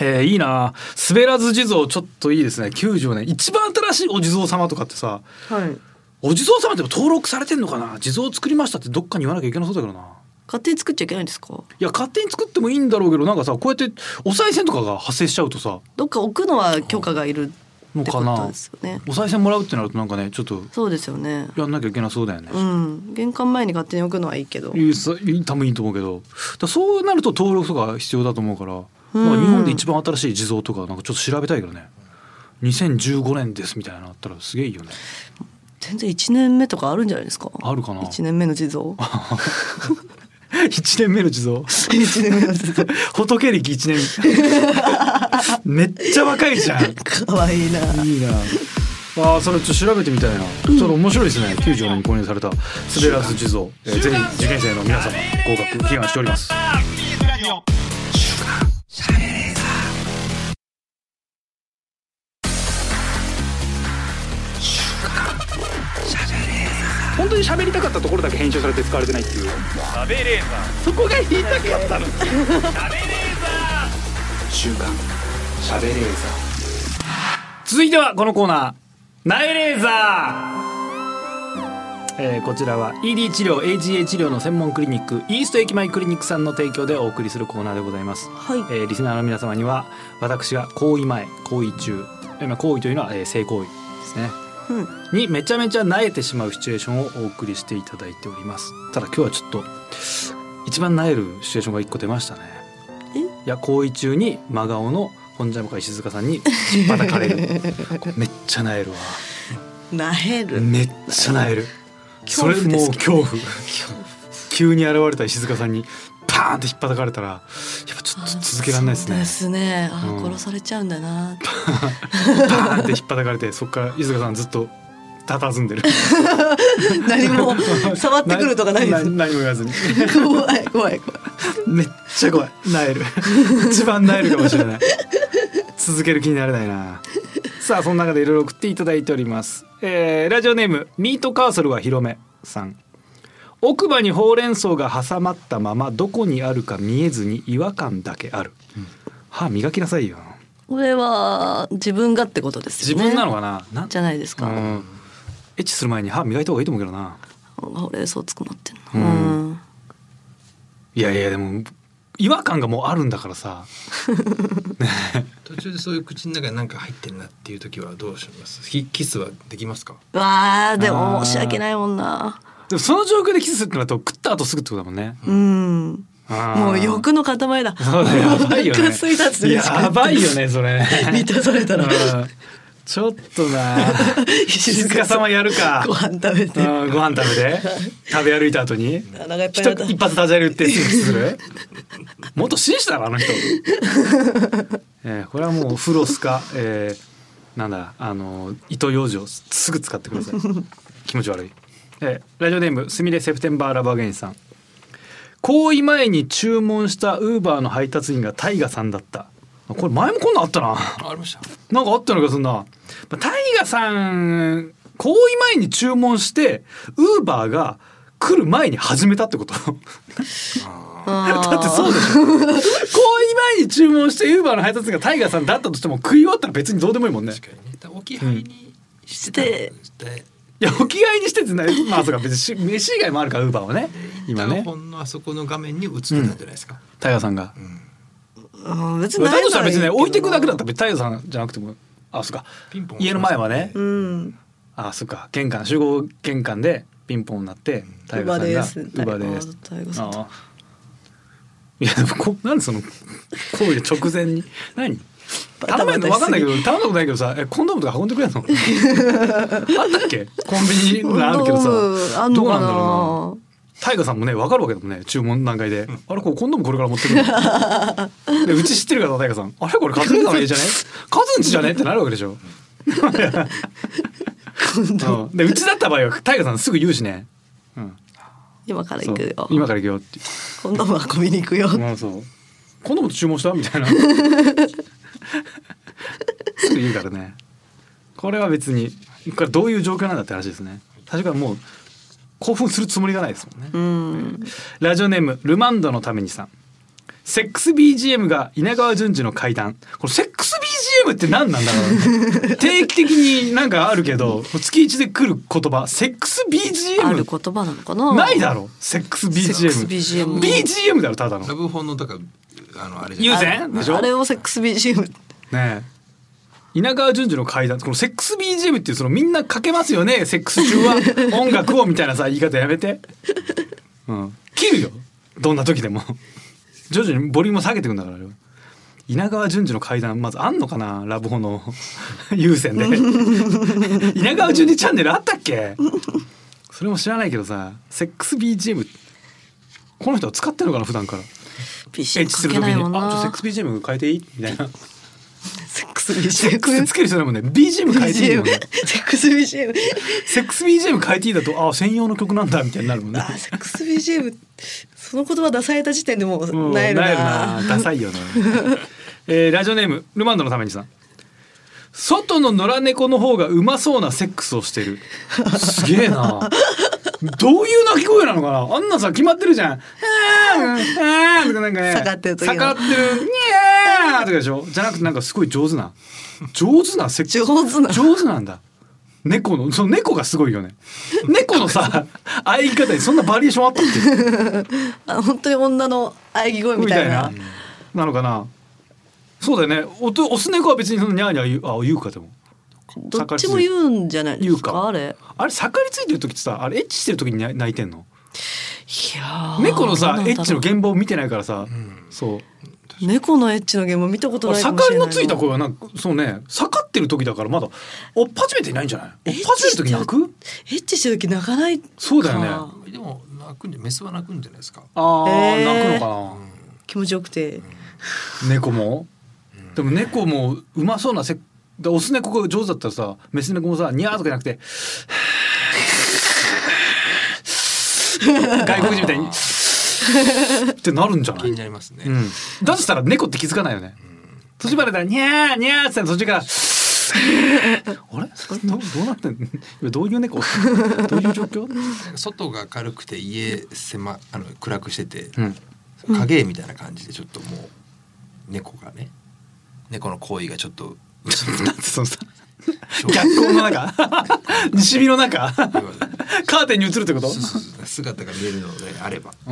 Speaker 2: えーいいな滑らず地蔵ちょっといいですね90年一番新しいお地蔵様とかってさ
Speaker 3: はい
Speaker 2: お地蔵様って登録されてんのかな地蔵作りましたってどっかに言わなきゃいけなそうだけどな
Speaker 3: 勝手に作っちゃいけないんですか
Speaker 2: いや勝手に作ってもいいんだろうけどなんかさこうやってお賽銭とかが発生しちゃうとさ
Speaker 3: どっか置くのは許可がいる
Speaker 2: の
Speaker 3: って
Speaker 2: か
Speaker 3: こ
Speaker 2: な
Speaker 3: とですよね
Speaker 2: お賽銭もらうってなるとなんかねちょっと
Speaker 3: そうですよね
Speaker 2: やんなきゃいけなそうだよね、
Speaker 3: うん玄関前に勝手に置くのはいいけど
Speaker 2: いいさいい多分いいと思うけどだそうなると登録とか必要だと思うからまあ日本で一番新しい地蔵とかなんかちょっと調べたいけどね2015年ですみたいなのあったらすげえいいよね
Speaker 3: 全然一年目とかあるんじゃないですか
Speaker 2: あるかな
Speaker 3: 一年目の 地蔵
Speaker 2: 1年目の地蔵
Speaker 3: 一年目の地蔵
Speaker 2: 仏歴1年 めっちゃ若いじゃん
Speaker 3: 可愛いな。
Speaker 2: いいなあーそれちょっと調べてみたいな、ちょっと面白いですね94年に購入された「滑らず地蔵」えーぜひ受験生の皆様合格祈願しております
Speaker 1: 本当に喋りたかったところだけ編集されて使われてないっていうそこが言いたかったの週刊しゃべレーザー
Speaker 2: 続いてはこのコーナー「ナイレーザー」えーこちらは ED 治療 AGA 治療の専門クリニックイースト駅前クリニックさんの提供でお送りするコーナーでございます、
Speaker 3: はい。
Speaker 2: えーリスナーの皆様には私が行為前行為中えーまあ行為というのは、えー性行為ですね
Speaker 3: うん。
Speaker 2: にめちゃめちゃ萎えてしまうシチュエーションをお送りしていただいておりますただ今日はちょっと一番萎えるシチュエーションが一個出ましたね
Speaker 3: え
Speaker 2: いや行為中に真顔の本ジャム会静香さんに引っ叩かれる めっちゃ萎えるわ
Speaker 3: なへる。
Speaker 2: めっちゃ萎え る
Speaker 3: 恐
Speaker 2: それ
Speaker 3: 怖ですけど
Speaker 2: もう恐怖急に現れた静香さんにパーンって引っ叩かれたらやっぱちょっと続けられないです
Speaker 3: そう
Speaker 2: ね
Speaker 3: ですね。あ
Speaker 2: うん
Speaker 3: ー、殺されちゃうんだな。
Speaker 2: パーンって引っ叩かれてそっから静香さんずっと佇んでる
Speaker 3: 何も 触ってくるとか ないです。
Speaker 2: 何も言わずに
Speaker 3: 怖い怖い怖い。
Speaker 2: めっちゃ怖いなえる一番なえるかもしれない続ける気になれないなさあその中でいろいろ送っていただいております、えーラジオネームミートカーソルは広めさん奥歯にほうれん草が挟まったままどこにあるか見えずに違和感だけある、歯磨きなさいよ
Speaker 3: これは自分がってことです
Speaker 2: 自
Speaker 3: よね。
Speaker 2: 分なのかなな
Speaker 3: じゃないですか。
Speaker 2: うんエッチする前に歯磨いた方がいいと思うけどな
Speaker 3: ほうれん草つくまってん
Speaker 2: う
Speaker 3: の。
Speaker 2: ん
Speaker 3: うん
Speaker 2: いやいやでも違和感がもうあるんだからさ
Speaker 4: 途中でそういう口の中に何か入ってんなっていう時はどうしますキキスはできますか
Speaker 3: わあ、で
Speaker 2: あ
Speaker 3: も
Speaker 2: ー
Speaker 3: 申し訳ないもんな。
Speaker 2: でもその状況でキスするってなると食った後すぐってことだもんね
Speaker 3: うん。もう欲の塊だ。
Speaker 2: そうだよやばいよ
Speaker 3: お
Speaker 2: ね
Speaker 3: 腹空いたっつって
Speaker 2: やばいよねそれね
Speaker 3: 満たされたら
Speaker 2: うんちょっと な静香様やるか
Speaker 3: ご飯食べ
Speaker 2: う
Speaker 3: て。
Speaker 2: んご飯食べて食べ歩いた後に
Speaker 3: お腹いっぱい
Speaker 2: 一
Speaker 3: になった
Speaker 2: 一発ダジャレ打ってキスするもっと紳士だろあの人、えーこれはもうフロスか、えーなんだあの糸ようじをすぐ使ってください気持ち悪い、えーラジオネームすみれセプテンバーラバーゲインさん行為前に注文したウーバーの配達員がタイガさんだったこれ前もこんなんあったな
Speaker 4: ありました
Speaker 2: なんかあったのかそんな。まあタイガさん行為前に注文してウーバーが来る前に始めたってこと。だってそうでしょ。行為前に注文してウーバーの配達員がタイガさんだったとしても食い終わったら別にどうでもいいもんね。
Speaker 4: 確かにねだから置き配にしてたので
Speaker 2: いやお着替えにしてってない。まあそうか別にし飯以外もあるからウーバーはね。今
Speaker 4: イヤ
Speaker 2: ね
Speaker 4: ホンのあそこの画面に映ってたんじゃないですか、
Speaker 2: タイガさんが。
Speaker 3: うん別に
Speaker 2: だ
Speaker 3: ない
Speaker 2: としたら別にね
Speaker 3: ならい
Speaker 2: 置
Speaker 3: いけど
Speaker 2: いていくだけだったら別にタイガさんじゃなくても。あそうか
Speaker 4: ピンポン。
Speaker 2: 家の前はね。
Speaker 3: うん。
Speaker 2: あそっか玄関集合玄関でピンポンになってタイガさんが
Speaker 3: ウーバーです
Speaker 2: ウーバーです
Speaker 3: タイガさんと
Speaker 2: ああいやでもこ なんでその行為直前に何頼めんのわかんないけど頼んだことないけどさえコンドームとか運んでくれ んのあったっけコンビニのあるけどさ
Speaker 3: コンドームあん
Speaker 2: ど
Speaker 3: の
Speaker 2: う
Speaker 3: か
Speaker 2: な
Speaker 3: なん
Speaker 2: だろうなタイガさんもねわかるわけだもんね注文の段階で、あれこれコンドームこれから持ってく るのでうち知ってるからさタイガさんあれこれカズレーザーの家じゃねカズんちじゃねってなるわけでし ょうんでうちだった場合はタイガさんすぐ言うしね、うん、
Speaker 3: 今から
Speaker 2: そ
Speaker 3: 行
Speaker 2: う
Speaker 3: くよ。
Speaker 2: 今から行くよって
Speaker 3: 今度は運びに行くよ。
Speaker 2: まあそう今度も注文したみたいな すぐ言うからねこれは別にこれどういう状況なんだって話ですね確かにもう興奮するつもりがないですもんね
Speaker 3: うん。
Speaker 2: ラジオネームルマンドのためにさんセックス BGM が稲川淳二の怪談これセックス BGM って何なんだろう ね定期的になんかあるけど月一で来る言葉セックス
Speaker 3: あ
Speaker 2: BGM
Speaker 3: る言葉なのかな。
Speaker 2: ないだろセックス BGM
Speaker 3: セックス BGM
Speaker 2: BGM だろただの
Speaker 4: ラブホンのだからあのあれじゃな
Speaker 2: 優
Speaker 4: い
Speaker 2: 先でしょ
Speaker 3: あれをセックス BGM。
Speaker 2: ねえ稲川淳二の階段このセックス BGM っていうそのみんなかけますよねセックス中 は音楽をみたいなさ言い方やめて、うん、切るよどんな時でも徐々にボリュームを下げていくんだからあれは稲川淳二の階段まずあんのかなラブホの 優先 で稲川淳二チャンネルあったっけそれも知らないけどさセックス BGM この人は使ってるのかな普段から
Speaker 3: ピシ
Speaker 2: エッ
Speaker 3: ッ
Speaker 2: チ
Speaker 3: と
Speaker 2: す
Speaker 3: か
Speaker 2: る
Speaker 3: け
Speaker 2: 時
Speaker 3: ない
Speaker 2: に
Speaker 3: もん
Speaker 2: 「あちょ
Speaker 3: な
Speaker 2: セックス BGM 変えていい?」みたいな
Speaker 3: セックス BGM
Speaker 2: セックスつける人だもんね BGM 変えていいも
Speaker 3: BGM
Speaker 2: んね
Speaker 3: セックス BGM
Speaker 2: セックス BGM 変えていいだとあ専用の曲なんだみたいになるもんね
Speaker 3: あセックス BGM その言葉出された時点でも
Speaker 2: う
Speaker 3: うんなえるな
Speaker 2: なえるダサいよね、えーラジオネームルマンドのためにさん外の野良猫の方がうまそうなセックスをしてるすげえなどういう鳴き声なのかなあんなさ決まってるじゃんあーあーとかなんかね
Speaker 3: 下がってる時の
Speaker 2: 下がってるにゃーとかでしょじゃなくてなんかすごい上手な上手なセックス
Speaker 3: 上手な
Speaker 2: 上手なんだ猫のその猫がすごい よね猫のさ相言い方にそんなバリエーションあったっけ
Speaker 3: あ本当に女の喘ぎ声 み
Speaker 2: み
Speaker 3: た
Speaker 2: た
Speaker 3: い
Speaker 2: い
Speaker 3: な
Speaker 2: ななのかなそうだよねおとオス猫は別にそのニャーニャー言うあ言うかでも
Speaker 3: どっちも言うんじゃないで
Speaker 2: 言う
Speaker 3: すか
Speaker 2: か
Speaker 3: あれ
Speaker 2: あれ盛りついてる時ってさあれエッチしてる時に泣い泣いてんの
Speaker 3: いやー
Speaker 2: 猫の
Speaker 3: ど
Speaker 2: さ
Speaker 3: う
Speaker 2: エッ
Speaker 3: なんだろう
Speaker 2: チの現場を見てないからさ、そう
Speaker 3: 猫のエッチのゲーム見たことないかもし
Speaker 2: 盛
Speaker 3: れ
Speaker 2: り
Speaker 3: ない
Speaker 2: のついた声はなんかそうね盛ってる時だからまだおっ始めていないんじゃないお
Speaker 3: エ
Speaker 2: っ
Speaker 3: ッチ
Speaker 2: 始める時泣く
Speaker 3: エッチしてる時泣かないか
Speaker 2: そうだよね
Speaker 4: でも泣くんじゃメスは泣くんじゃないですか。
Speaker 2: あー、
Speaker 3: へー
Speaker 2: 泣くのか
Speaker 3: 気持ちよくて
Speaker 2: な猫も、でも猫もうまそうなせだオス猫が上手だったらさメス猫もさニャーとかじゃな くて外国人みたいにってなるんじゃな
Speaker 4: 気
Speaker 2: い、
Speaker 4: になりますね。
Speaker 2: うん、だとしたら猫って気づかないよね、途中までだニャーニャーって言ったら途中から あれそれどうどうなってんのど ういう猫どういう状況、
Speaker 4: 外が明るくて家狭あの暗くしてて、
Speaker 2: うん、
Speaker 4: 影絵みたいな感じでちょっともう猫がね猫の行為がちょっと 薄くな
Speaker 2: なんてそのさ逆光の 中西日の中カーテンに映るってこと
Speaker 4: そうそうそう姿が見えるのであれば、
Speaker 2: ああ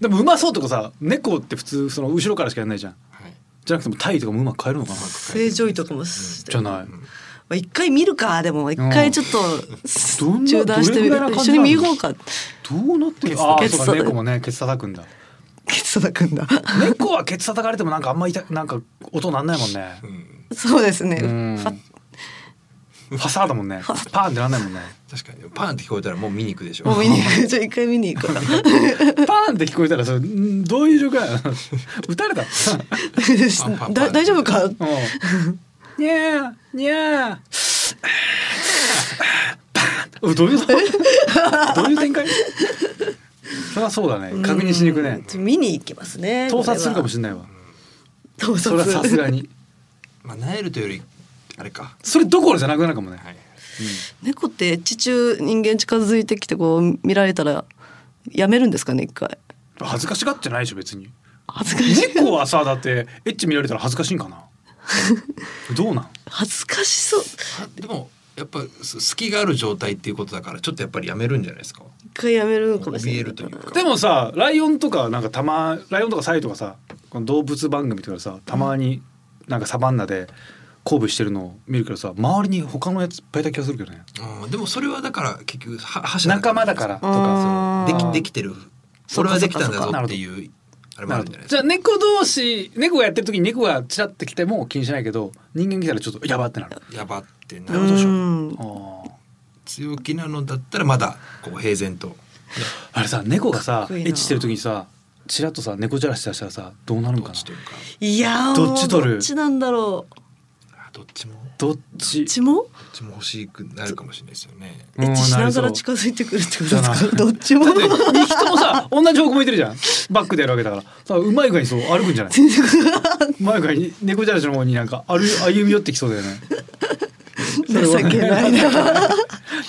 Speaker 2: でもうまそうとかさ猫って普通その後ろからしかやんないじゃん
Speaker 4: はい、
Speaker 2: じゃなくてもタイとかもうまく変えるのかな
Speaker 3: 正常位とかもし
Speaker 2: じゃない
Speaker 3: まあ一回見るかでも一回ちょっと
Speaker 2: どんな
Speaker 3: 中断してみ
Speaker 2: どれぐらいな感
Speaker 3: 一
Speaker 2: じな
Speaker 3: 緒に
Speaker 2: の
Speaker 3: 見ようか
Speaker 2: どうなってる
Speaker 3: ケツ
Speaker 2: ああ
Speaker 3: ケツ
Speaker 2: そうか
Speaker 3: 叩く
Speaker 2: 猫もねケツ叩くんだ
Speaker 3: ケツ叩くんだ
Speaker 2: 猫はケツ叩かれてもなんかあんま痛なんか音なんないもんね
Speaker 4: うん、
Speaker 3: そうですね
Speaker 2: うん
Speaker 3: ファッ
Speaker 2: ファサーだもんねパーンってなんないもんね
Speaker 4: 確かにパーンって聞こえたらもう見に行くでしょ
Speaker 3: もう見に行くじゃあ一回見に行こう
Speaker 2: パーンって聞こえたらそれんどういう状況なの 撃たれた
Speaker 4: パンパ
Speaker 3: だ
Speaker 4: ン
Speaker 3: 大丈夫か
Speaker 2: うんにゃーにゃーパーン うんどういうどういう展開そりゃそうだね確認しに行くね
Speaker 3: 見に行きますね
Speaker 2: 盗撮するかも
Speaker 3: し
Speaker 2: しれないわ
Speaker 3: れない盗
Speaker 2: そ
Speaker 3: 撮
Speaker 2: れはさすがに
Speaker 4: まあなえるというよりあれか
Speaker 2: それどころじゃなくなるかもね
Speaker 4: はい
Speaker 3: 猫ってエッチ中人間近づいてきてこう見られたらやめるんですかね一回
Speaker 2: 恥ずかしがってないでしょ別に
Speaker 3: 恥ずかしい
Speaker 2: 猫はさだってエッチ見られたら恥ずかしいんか などうなん
Speaker 3: 恥ずかしそう
Speaker 4: あでもやっぱす隙がある状態っていうことだからちょっとやっぱりやめるんじゃないですか
Speaker 3: 一回やめるのかもしれ
Speaker 4: 怯
Speaker 3: な
Speaker 4: え
Speaker 3: い
Speaker 4: るというか
Speaker 2: でもさライオンとかなんかたまライオンとかサイとかさこの動物番組とかでさたまになんかサバンナで交尾してるのを見るけどさ周りに他のやついっぱいいた気がするけどね
Speaker 4: うんでもそれはだから結局は覇者
Speaker 2: 仲間だからとか
Speaker 4: で
Speaker 3: う
Speaker 4: き
Speaker 3: ん
Speaker 4: できてる
Speaker 3: そっ
Speaker 4: 俺
Speaker 3: か
Speaker 4: は
Speaker 3: そっ
Speaker 4: で
Speaker 3: か
Speaker 4: きたんだぞっていうあれもあるんじゃないです
Speaker 2: じ
Speaker 4: か
Speaker 2: ゃあ猫同士猫がやってる時に猫がちらってきても気にしないけど人間来たらちょっとやばってなる
Speaker 4: やばってな
Speaker 3: う
Speaker 4: るでしょ
Speaker 3: ん
Speaker 2: あー
Speaker 4: 強気なのだったらまだこう平然と
Speaker 2: あれさ猫が
Speaker 3: かっ
Speaker 2: さ
Speaker 3: こ
Speaker 2: エ
Speaker 3: いいな
Speaker 2: ッチしてる時にさちらっとさ猫じゃらし出したらさどうなるの
Speaker 4: ど
Speaker 2: か
Speaker 4: っ
Speaker 2: な
Speaker 4: ちというか
Speaker 3: いやー
Speaker 2: どっち取る
Speaker 3: もうどっちなんだろう
Speaker 4: あどっちもどっ
Speaker 2: どっち
Speaker 3: どっちも
Speaker 4: ちも欲しくなるかもしれないですよね
Speaker 2: う
Speaker 3: エ
Speaker 2: ん
Speaker 3: ッチしながら近づいてくるってことですかどっ ちも
Speaker 2: 二匹ともさ同じ方向向いてるじゃんバックでやるわけだからさうまい具合にそう歩くんじゃないうまい具合に猫じゃらしの方になんか歩歩み寄ってきそうだよね
Speaker 3: 情けないな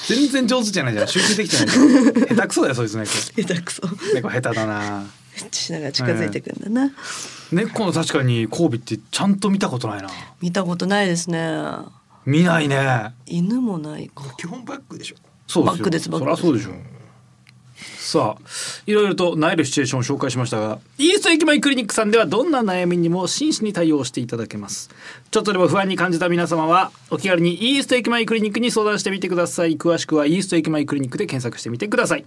Speaker 2: 全然上手じゃないじゃん集中できてないじゃん下手くそだよそいつ猫
Speaker 3: 下手くそエ
Speaker 2: 猫下手だな
Speaker 3: ッチしながら近づいてくるんだな
Speaker 2: 猫の確かに交尾ってちゃんと見たことないな
Speaker 3: 見たことないですね
Speaker 2: 見ないね
Speaker 3: 犬もないか
Speaker 4: 基本バックでしょ
Speaker 2: そう
Speaker 3: バックですバック
Speaker 2: そりゃそうでしょさあいろいろと悩えるシチュエーションを紹介しましたがイースト駅前クリニックさんではどんな悩みにも真摯に対応していただけますちょっとでも不安に感じた皆様はお気軽にイースト駅前クリニックに相談してみてください詳しくはイースト駅前クリニックで検索してみてください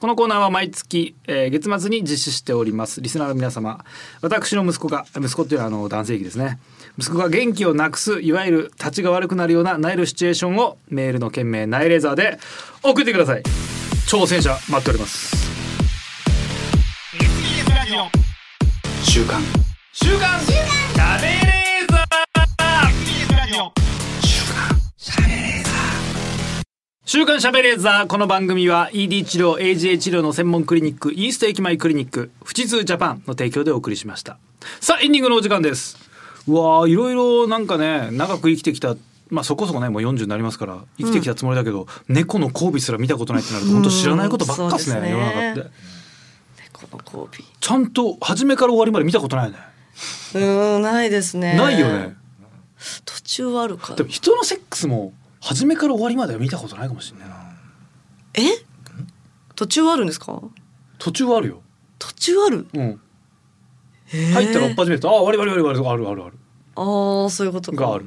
Speaker 2: このコーナーは毎月、えー月末に実施しておりますリスナーの皆様私の息子が息子っていうのはあの男性器ですね息子が元気をなくすいわゆる立ちが悪くなるようなナイルシチュエーションをメールの件名ナイレーザーで送ってください挑戦者待っております
Speaker 1: 週刊
Speaker 2: 週刊しゃべれーザ週刊しゃべれーザーこの番組は ED 治療 AGA 治療の専門クリニックイースト駅前クリニック富士通ジャパンの提供でお送りしましたさあエンディングのお時間ですうわーいろいろなんかね長く生きてきたまあそこそこねもう40になりますから生きてきたつもりだけど、猫の交尾すら見たことないってなると本当知らないことばっかですね,、
Speaker 3: うんそうです
Speaker 2: 世の
Speaker 3: ね
Speaker 2: 中って
Speaker 3: この交尾
Speaker 2: ちゃんと初めから終わりまで見たことないね、
Speaker 3: うーんないですね
Speaker 2: ないよね
Speaker 3: 途中はあるか
Speaker 2: でも人のセックスも初めから終わりまでは見たことないかもしれないな
Speaker 3: え途中はあるんですか
Speaker 2: 途中はあるよ、
Speaker 3: 途中ある
Speaker 2: うん、
Speaker 3: へー
Speaker 2: 入ったらおっ始めると「あ終わり終わり終わり終わりあるある
Speaker 3: ああそういうこ
Speaker 2: あ
Speaker 3: と
Speaker 2: る」
Speaker 3: か
Speaker 2: がある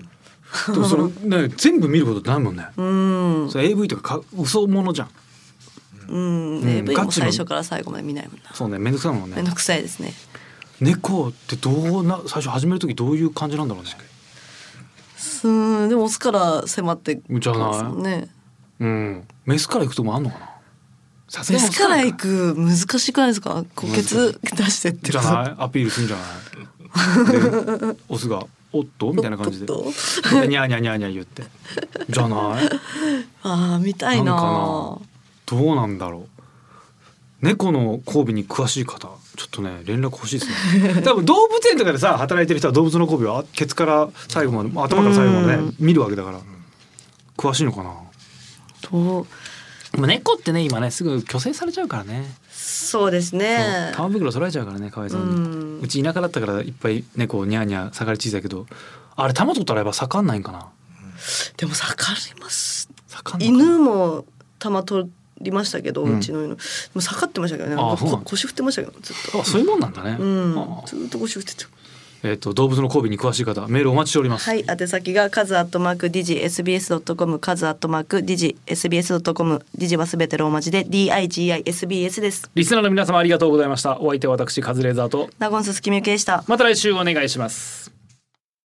Speaker 2: でもその、ね、全部見ることってないもんね
Speaker 3: うん
Speaker 2: それ AV とかか嘘ものじゃん
Speaker 3: うん、
Speaker 2: ん
Speaker 3: AV
Speaker 2: ガ
Speaker 3: も
Speaker 2: チの
Speaker 3: 最初から最後まで見ないもんな
Speaker 2: そうねめんどくさいもん
Speaker 3: め
Speaker 2: ね
Speaker 3: んどくさいですね
Speaker 2: 猫ってどうな最初始める時どういう感じなんだろうね
Speaker 3: すーんでもオスから迫ってきますもんね
Speaker 2: うんメスから行くともあんのかなさす
Speaker 3: メ
Speaker 2: がに
Speaker 3: スから行
Speaker 2: オ
Speaker 3: く難しくないですか骨血出してって
Speaker 2: スからかじゃないアピールするんじゃない でオスが「おっと?」みたいな感じで
Speaker 3: ちょっと
Speaker 2: でニャーニャーニャーニャー言ってじゃない
Speaker 3: ああ見たい
Speaker 2: な
Speaker 3: なん
Speaker 2: かどうなんだろう猫の交尾に詳しい方ちょっとね連絡欲しいですね 多分動物園とかでさ働いてる人は動物の交尾はケツから最後まで頭から最後まで
Speaker 3: う
Speaker 2: ね
Speaker 3: ん
Speaker 2: 見るわけだから詳しいのかな
Speaker 3: どう
Speaker 2: でも猫ってね今ねすぐ虚勢されちゃうからね
Speaker 3: そうですね
Speaker 2: そう玉袋取られちゃうからねかわいそう
Speaker 3: う
Speaker 2: に
Speaker 3: ん
Speaker 2: うち田舎だったからいっぱい猫をニャーニャー盛り小さいけどあれ玉取ったらやっぱ盛んないんかな
Speaker 3: でも盛ります
Speaker 2: 盛んのかな
Speaker 3: 犬も玉取りましたけど、
Speaker 2: う
Speaker 3: うんちの犬でも盛ってましたけどね
Speaker 2: あ
Speaker 3: なんか
Speaker 2: そうな
Speaker 3: こ
Speaker 2: んだ
Speaker 3: 腰振ってましたけどずっと
Speaker 2: あそういうもんなんだね、
Speaker 3: うん
Speaker 2: あ
Speaker 3: ずーっと腰振ってた
Speaker 2: えっ、と動物の交尾に詳しい方メールお待ちしております、
Speaker 3: はい、宛先がカズアットマークディジ SBS ドットコム、カズアットマークディジ SBS ドットコム、ディジはすべてローマ字で D I G I S B S です。
Speaker 2: リスナーの皆様ありがとうございました。お相手は私カズレーザーと
Speaker 3: ナゴンススキミュウケでした。
Speaker 2: また来週お願いします。